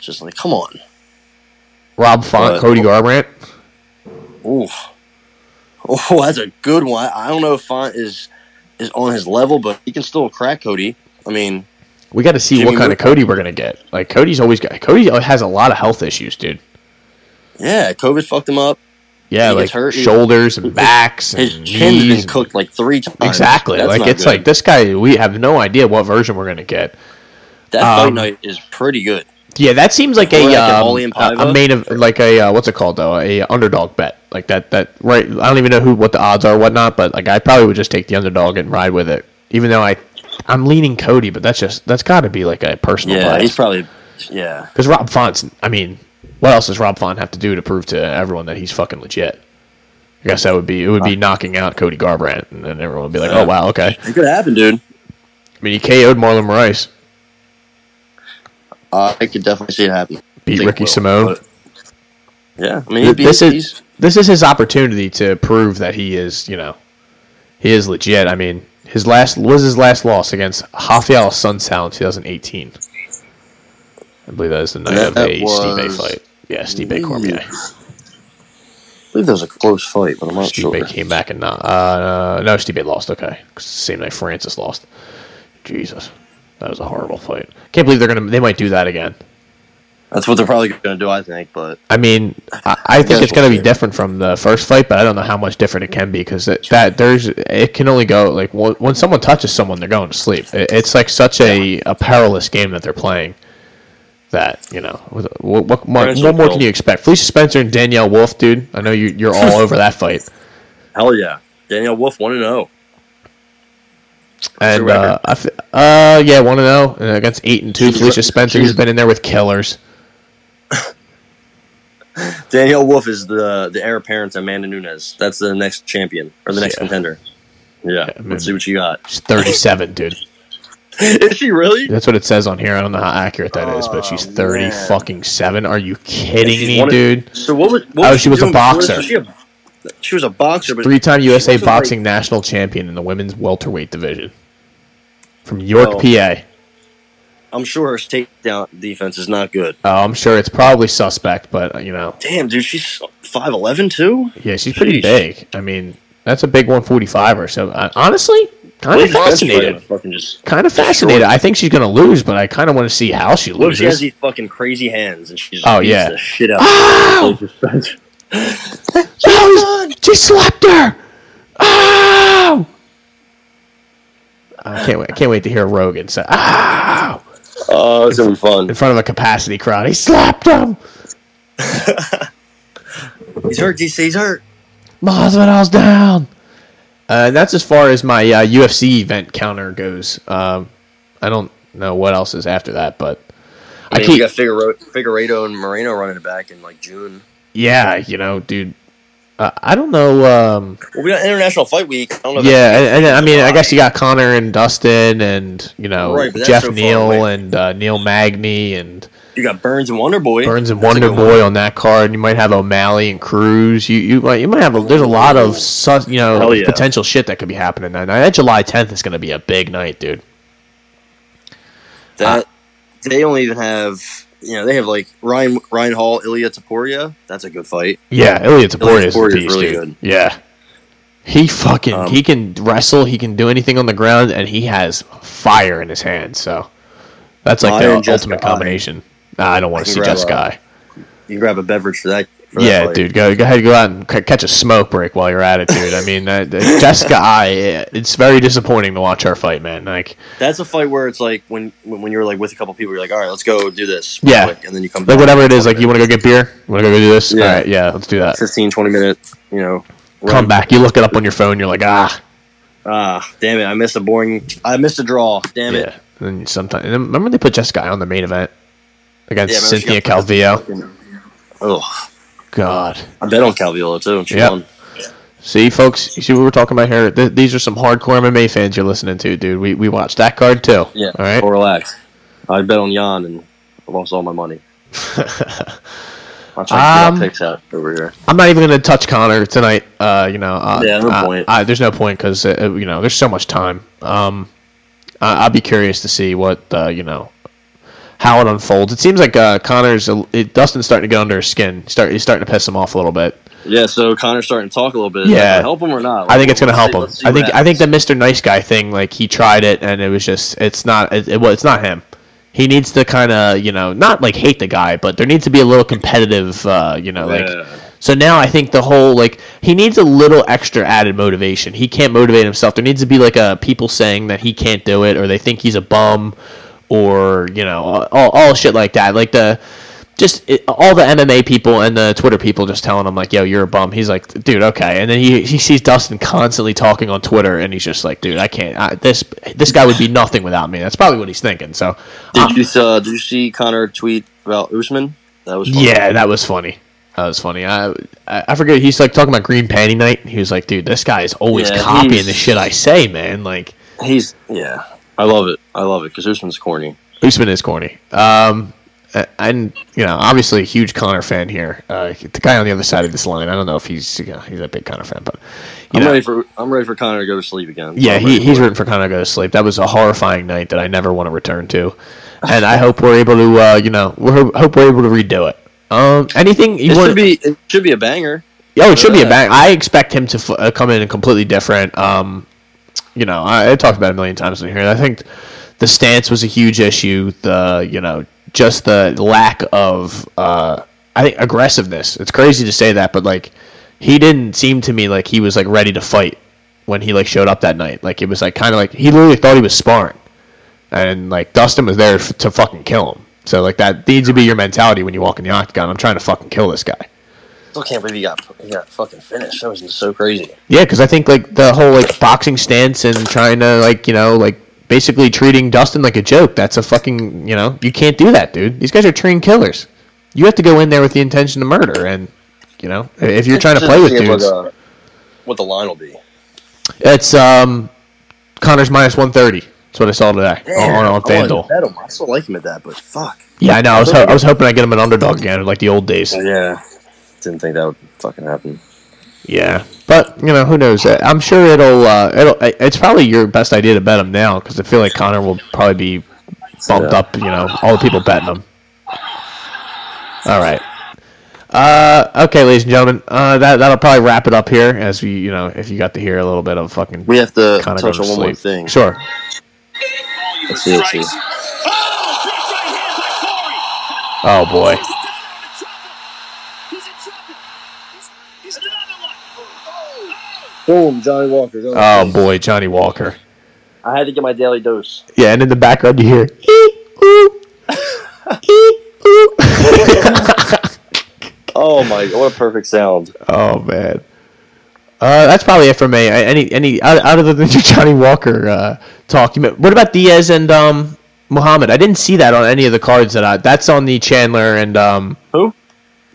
Just like, come on.
Rob Font,
But-
Cody Garbrandt.
Ooh. Oh, that's a good one. I don't know if Font is is on his level, but he can still crack Cody. I mean,
We got to see
Jimmy
what kind of Cody we're gonna get. Like Cody's always got. Cody has a lot of health issues, dude.
yeah, COVID fucked him up.
Yeah,
He
like
gets hurt, he-
shoulders and backs and
His chin's
knees.
been cooked like three times.
Mm-hmm. exactly.
That's
Like
not
it's
good.
like this guy. We have no idea what version we're gonna get.
that
um,
fight night is pretty good.
Yeah, that seems like
Or
a
like an
um,
Ollie and
a, a
Paiva?
main of like a uh, what's it called though a underdog bet like that that right. I don't even know who what the odds are whatnot, but like I probably would just take the underdog and ride with it. Even though I I'm leaning Cody, but that's just that's got to be like a personal.
Yeah,
bias.
he's probably yeah.
Because Rob Font's, I mean, what else does Rob Font have to do to prove to everyone that he's fucking legit? I guess that would be it would
Uh,
be knocking out Cody Garbrandt, and then everyone would be like, "Oh wow, okay."
It could happen, dude.
I mean, he KO'd Marlon Rice,
Uh, I could definitely see it happen.
beat
Think
Ricky
will,
Simone.
but- Yeah, I mean, he'd be,
this
he's-
is this is his opportunity to prove that he is, you know, he is legit. I mean, his last what was his last loss against Rafael Sunsal in 2018. I believe that is the night
That
of a
was-
Stipe fight. Yeah, Stipe Cormier.
I believe that was a close fight, but I'm not
Stipe
sure.
came back and not. Uh, no, Stipe lost. Okay, 'Cause the same night Francis lost. Jesus, that was a horrible fight. Can't believe they're gonna. They might do that again.
That's what they're probably going to do, I think. But
I mean, I, I think
Yes,
it's gonna be
we'll see.
different from the first fight, but I don't know how much different it can be because that, that there's it can only go like when when someone touches someone, they're going to sleep. It, it's like such a, a perilous game that they're playing. That you know, what, what, what, what
Parents
more
are
can
cool.
you expect? Felicia Spencer and Danielle Wolf, dude. I know you you're all over that fight.
hell yeah, Danielle Wolf one and oh. zero.
And
What's her
uh, I f- uh, yeah, one and zero and against eight and two.
She's-
Felicia Spencer, who's
she's-
been in there with killers.
Danielle Wolf is the the heir apparent to Amanda Nunes. That's the next champion or the next
Yeah.
contender. Yeah,
man.
let's see what you got.
She's 37, dude.
is she really?
That's what it says on here. I don't know how accurate that is, but she's
Oh,
30
man.
fucking 7. Are you kidding
She's
me,
one of-
dude?
So what was? What
Oh,
was
she was a
doing before this?
boxer.
Was she, a, she was a boxer, but
Three time
she
USA
wasn't, like-
boxing national champion in the women's welterweight division from York,
Oh.
PA.
I'm sure her takedown defense is not good.
Oh, I'm sure it's probably suspect, but uh, you know,
Damn, dude, she's five eleven too.
yeah, she's pretty
Sheesh.
big. I mean, that's a big 145 or so. I, honestly, kind of fascinated.
Fucking just.
Kind of fascinated. I think she's going to lose, but I kind of want to see how she
What if she has
loses.
these fucking crazy hands and she just
Oh,
beats
yeah.
the shit out?
Ow!
of her.
Oh, he's- she slapped her. Oh. Ow! I can't wait. I can't wait to hear Rogan say "Ow!"
oh, it's gonna be
in
fun.
front of a capacity crowd. He slapped him.
He's hurt, DC. He's hurt.
Masvidal's down. Uh, and that's as far as my uh, UFC event counter goes. Um, I don't know what else is after that, but
I
I
mean, you
keep
got Figueroa, Figueredo and Moreno running it back in like June.
yeah, you know, dude. Uh, I don't know. Um,
Well, we got International Fight Week. I don't know. if
Yeah, and, and I mean, I guess you got Connor and Dustin, and you know
Right, but that's
Jeff
so far
Neal
away.
and uh, Neil Magny and
that's- you got Burns and Wonder Boy.
Burns and
That's a
Wonder
good
Boy on that card. And you might have O'Malley and Cruz. You you might you might have a, there's a lot of sus, you know
Hell yeah.
potential shit that could be happening that night. That July 10th is going to be a big night, dude.
one. That they only even have. You know, they have like Ryan Ryan Hall, Ilya Taporia. That's a good fight.
Yeah, Ilya Taporia is a
Taporia's
beast,
really
dude.
good.
Yeah. He fucking
Um,
he can wrestle, he can do anything on the ground, and he has fire in his hand. So that's like
Ryan
the
Jessica
ultimate
Eye.
combination. Nah, I don't want to see
grab
Jessica.
a-
Eye.
You can grab a beverage for that. For that
Yeah,
fight.
dude, go go ahead, go out and c- catch a smoke break while you're at it, dude. I mean, uh, uh, Jessica, I it's very disappointing to watch her fight, man. Like,
That's a fight where it's like when when when you're like with a couple people, you're like, all right, let's go do this.
Yeah.
quick," and then you come
like
back,
whatever it is, like you want to go get beer, you want to go do this,
Yeah.
all right, yeah, let's do that.
15, 20 minute, you know.
Come back, you look it up on your phone, you're like, ah,
Ah, damn it! I missed a boring. I missed a draw. Damn it!
yeah. And then sometimes, and then remember they put Jessica Eye on the main event against
Yeah, remember she
Cynthia
got-
Calvillo.
Oh,
God,
I bet on Calvillo too. She
Yep.
won.
see, folks, you see what we're talking about here. Th- these are some hardcore MMA fans you're listening to, dude. We we watched that card too.
Yeah.
all right.
Or relax. I bet on Jan and I lost all my money. I'm trying
Um,
to get our picks out over here.
I'm not even going to touch Connor tonight. Uh, you know, uh,
Yeah, no
uh,
point.
uh, there's no point because uh, you know there's so much time. Um, I, I'll be curious to see what uh, you know how it unfolds. It seems like uh, Connor's a, it, Dustin's starting to get under his skin. Start he's starting to piss him off a little bit.
Yeah, so Connor's starting to talk a little bit.
Yeah.
Like, help him or not?
I think it's going to help
Let's see-
him.
let's see
I
what
think I think the
happens.
Mr. Nice Guy thing, like he tried it and it was just it's not it, it, well, it's not him. He needs to kind of you know not like hate the guy, but there needs to be a little competitive, uh, you know,
Yeah.
like. So now I think the whole like he needs a little extra added motivation. He can't motivate himself. There needs to be like a people saying that he can't do it or they think he's a bum or you know all, all shit like that. Like the just it, all the MMA people and the Twitter people just telling him like, "Yo, you're a bum." He's like, "Dude, okay." And then he, he sees Dustin constantly talking on Twitter, and he's just like, "Dude, I can't. I, this this guy would be nothing without me." That's probably what he's thinking. So,
Did you uh, did you see Connor tweet about Usman? That was funny.
yeah, that was funny. That was funny. I I, I forget. He's like talking about Green Panty Night. He was like, "Dude, this guy is always
Yeah,
copying
he's-
the shit I say, man." Like
He's yeah. I love it. I love it because Usman's corny.
Usman is corny. Um, a- and you know, obviously, a huge Connor fan here. Uh, the guy on the other side of this line. I don't know if he's you know, he's a big Connor fan, but you
I'm
know,
ready for I'm ready for Connor to go to sleep again.
yeah,
I'm
he,
ready
he's
for it.
rooting for Connor to go to sleep. That was a horrifying night that I never want to return to, and I hope we're able to, uh, you know, we hope we're able to redo it. Um, anything you
It
want?
should be it should be a banger.
Oh, it should be a
Uh,
bang. I expect him to f- uh, come in completely different. Um, you know, I, I talked about it a million times in here. I think the stance was a huge issue. The you know, just the lack of uh, I think aggressiveness. It's crazy to say that, but like he didn't seem to me like he was like ready to fight when he like showed up that night. Like it was like kind of like he literally thought he was sparring, and like Dustin was there f- to fucking kill him. So like that needs to be your mentality when you walk in the octagon. I'm trying to fucking kill this guy.
Still can't believe he got he got fucking finished. That was just so crazy.
Yeah, because I think like the whole like boxing stance and trying to like you know like basically treating Dustin like a joke. That's a fucking you know you can't do that, dude. These guys are trained killers. You have to go in there with the intention to murder, and you know if you're trying to play with
Interesting to
dudes,
see What, uh, what the line will be?
it's um Connors minus one thirty. That's what I saw today
Oh,
on, on, on
I wanted to
FanDuel.
bet him. I still like him at that, but fuck.
Yeah, I know. I was, ho- I was hoping I get him an underdog again, like the old days.
Yeah, didn't think that would fucking happen.
Yeah, but you know who knows? Uh, I'm sure it'll uh, it'll uh, it's probably your best idea to bet him now because I feel like Connor will probably be bumped
Yeah.
up. You know, all the people betting him. All right. Uh, okay, ladies and gentlemen, uh, that that'll probably wrap it up here. As we, you know, if you got to hear a little bit of fucking
We have to
Connor
touch
going
on
to
one more
sleep.
thing.
Sure.
Let's see, let's see.
Oh boy.
Boom, Johnny Walker. Johnny
Oh
Walker.
boy, Johnny Walker.
I had to get my daily dose.
Yeah, and in the background you hear. "Eek,
(laughs)
ooh, eek, ooh."
Oh my god, what a
(laughs)
perfect sound.
Oh man, uh, that's probably it for me. I- Any any o- other than the (laughs) Johnny Walker uh, talk? you mean- What about Diaz and um, Muhammad? I didn't see that on any of the cards that I. That's on the Chandler and um,
Who?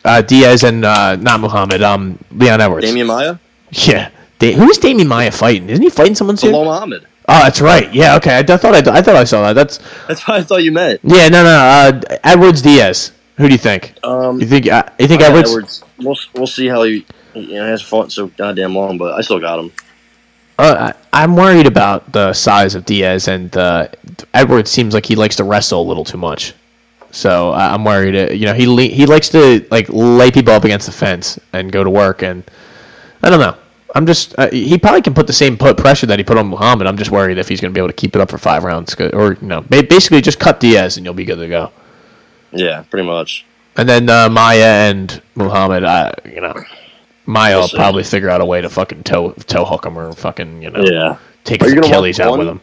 uh, Diaz and uh, not Muhammad. Um, Leon Edwards.
Damian Maya?
(laughs) Yeah. Da- who's Damien Maya fighting? Isn't he fighting someone soon?
Bilal Muhammad.
Oh, that's right. Yeah. Okay. I, d- I thought I, d- I thought I saw that. That's
That's what I thought you meant.
yeah. No. No. Uh, Edwards Diaz. Who do you think?
Um,
You think? Uh, you think
yeah,
Edwards?
Edwards. We'll, we'll see how he, you know, he hasn't fought so goddamn long, but I still got him.
Uh, I, I'm worried about the size of Diaz, and uh, Edwards seems like he likes to wrestle a little too much. So I, I'm worried. Uh, you know, he le- he likes to like lay people up against the fence and go to work, and I don't know. I'm just uh, he probably can put the same put pressure that he put on Muhammad. I'm just worried if he's going to be able to keep it up for five rounds, 'cause- or you know, ba- basically just cut Diaz and you'll be good to go.
Yeah, pretty much.
And then uh, Maya and Muhammad, I you know, Maya will
see.
probably figure out a way to fucking toe toe hook him or fucking you know
Yeah.
take
Are
his
you gonna
Achilles
watch
out
one?
with him.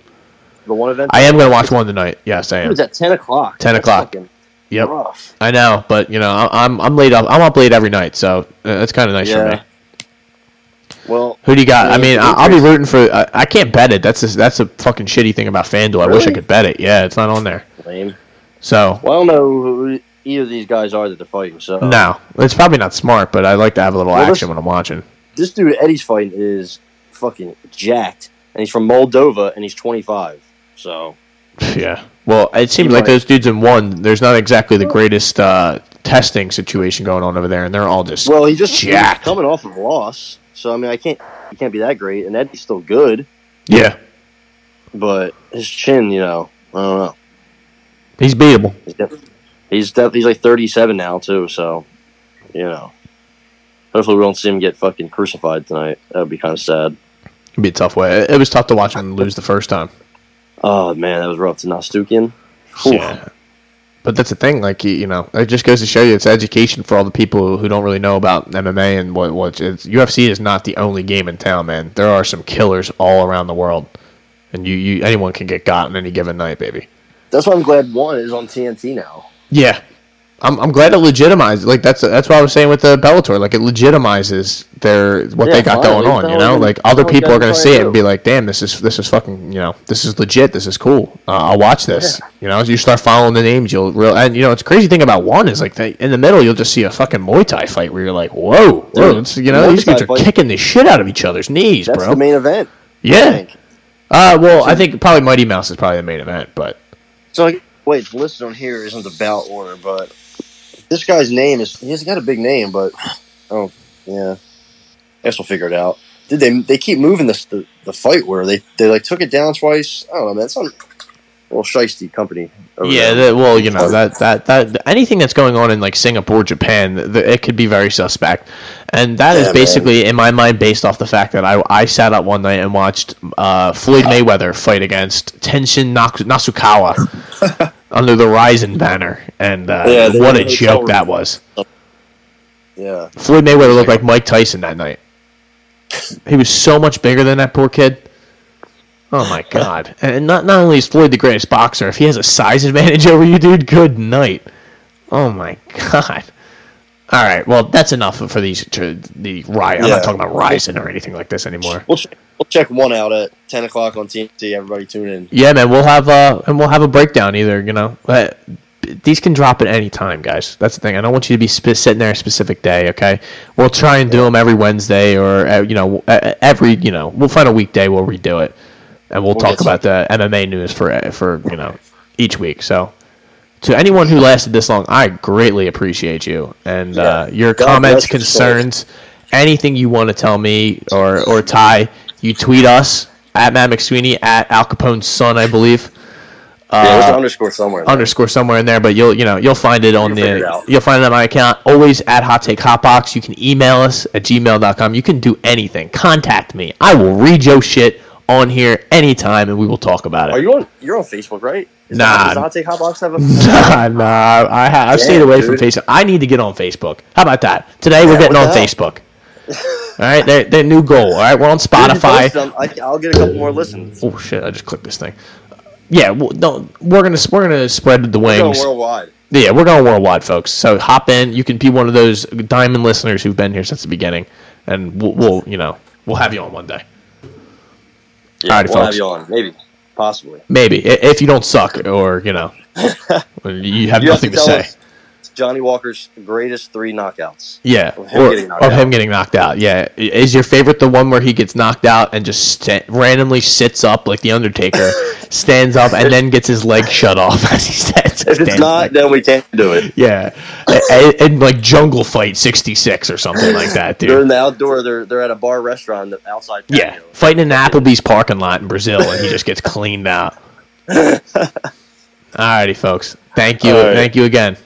The one event?
I am going to watch one tonight. Yes, I
It
am.
was at 10 o'clock.
10
That's
o'clock.
fucking
Yep,
Rough.
I know, but you know, I- I'm I'm late up. I'm up late every night, so uh, that's kind of nice for
Yeah.
me.
Well,
Who do you got?
Yeah,
I mean,
it's
I- I'll be
crazy.
rooting for. I, I can't bet it. That's a, that's a fucking shitty thing about FanDuel. I wish I
Really?
could bet it. Yeah, it's not on there.
lame.
So
Well, I don't know who either of these guys are that they're fighting, so.
no, it's probably not smart, but I like to have a little
Well,
action
this-
when I'm watching. (laughs)
This dude Eddie's fighting is fucking jacked, and he's from Moldova, and he's 25. So
yeah. Well, it seems
He
like
might.
those dudes in one. There's not exactly the greatest uh, testing situation going on over there, and they're all just
well, he just he's
Jacked.
coming off of a loss. So I mean, I can't he can't be that great, and Eddie's still good,
yeah.
but his chin, you know, I don't know.
He's beatable.
He's def- he's, def- he's like 37 now too, so you know. Hopefully, we don't see him get fucking crucified tonight. That would be kind of sad.
It'd be a tough way. It, it was tough to watch him lose the first time.
Oh man, that was rough to Nastukian.
Yeah. But that's the thing, like you, you know, it just goes to show you it's education for all the people who don't really know about MMA and what what it's, UFC is not the only game in town, man. There are some killers all around the world, and you, you anyone can get got on any given night, baby.
That's why I'm glad one is on TNT now.
Yeah, I'm, I'm glad it legitimizes. Like that's that's what I was saying with the Bellator. Like it legitimizes their what
Yeah,
they got
finally,
going on. You
finally,
know,
we-
like other
finally
people
got
are gonna
it
see it and
right.
be like, "Damn, this is this is fucking you know this is legit. This is cool. Uh, I'll watch this." You know, as you start following the names, you'll real and you know it's crazy thing about one is like they, in the middle you'll just see a fucking Muay Thai fight where you're like, "Whoa, whoa!"
Dude,
it's- you know
Muay
these dudes
Thai
are
fight-
kicking the shit out of each other's knees,
That's
bro.
the main event. I
yeah.
think.
Uh, well, I think probably Mighty Mouse is probably the main event, but
So like, wait, the list on here isn't the ballot order, but this guy's name is he's got a big name, but oh yeah, I guess we'll figure it out. Did they they keep moving this the, the fight where they they like took it down twice? I don't know, man. It's on a little shisty company. Over
Yeah,
there.
that, well, you know that that that anything that's going on in like Singapore, Japan, th it could be very suspect, and that is
Yeah, man.
basically in my mind based off the fact that I I sat up one night and watched uh, Floyd Mayweather fight against Tenshin Nak-
(laughs)
Nasukawa under the Ryzen banner, and uh,
Yeah, they
what a
were really
joke
colourful.
that was.
yeah.
Floyd Mayweather looked like Mike Tyson that night. He was so much bigger than that poor kid. Oh my god! And not not only is Floyd the greatest boxer, if he has a size advantage (laughs) over you, dude, good night. Oh my god! All right, well that's enough for these to the Ry. I'm
Yeah.
not talking about Ryzen or anything like this anymore.
We'll check, we'll check one out at ten o'clock on TNT. Everybody tune in.
Yeah, man, we'll have uh and we'll have a breakdown either. You know, Uh, these can drop at any time, guys. That's the thing. I don't want you to be sp- sitting there a specific day. Okay, we'll try and do them every Wednesday or uh, you know uh, every you know we'll find a weekday. We'll redo it, and we'll, talk
get
about the MMA news for uh, for you know each week. So. To anyone who lasted this long, I greatly appreciate you and uh,
Yeah.
your
God
comments,
bless yourself.
concerns, anything you want to tell me or or Ty. You tweet us at Matt McSweeney at Al Capone's son, I believe
yeah, there's an underscore somewhere. there.
underscore somewhere in there, but you'll you know you'll find it on
You'll figure it
the
out.
you'll find it on my account. Always at hot take hotbox. You can email us at gmail.com. You can do anything. Contact me. I will read your shit on here anytime and we will talk about
Are
it.
you on? You're on Facebook, right? Is
Nah.
That, does Hot Take Hot Box have a?
nah, nah, I ha- I've stayed
Damn,
away from
dude.
Facebook. I need to get on Facebook. How about that? Today we're getting
what
on
the hell?
Facebook.
(laughs)
All right, their, their new goal. All right, we're on Spotify.
Dude, you post them, um, I, I'll get a couple more listens.
oh shit! I just clicked this thing. Yeah, well, no, we're gonna we're gonna spread the
Go
wings.
worldwide.
Yeah, we're going worldwide, folks. So hop in. You can be one of those diamond listeners who've been here since the beginning, and we'll, we'll you know, we'll have you on one day.
Yeah,
Alrighty,
we'll
folks.
have you on, maybe, possibly.
Maybe i- if you don't suck, or you
(laughs)
know, you have
You have
nothing to,
tell
say.
us Johnny Walker's greatest three knockouts.
Yeah,
Of him
or
getting knocked
of him
out.
getting knocked out. Yeah, I- is your favorite the one where he gets knocked out and just sta randomly sits up like the
(laughs)
Undertaker, stands up, and then gets his leg shut off (laughs) as he stands?
If it's
stands
not,
back
then we can't do it.
yeah, and, and like Jungle Fight '66 or something like that, dude.
They're in the outdoor. They're they're at a bar restaurant in the outside.
Yeah,
patio.
fighting in an Applebee's parking lot in Brazil, and he just gets cleaned
(laughs)
out. Alrighty, folks. Thank you.
Alright.
Thank you again.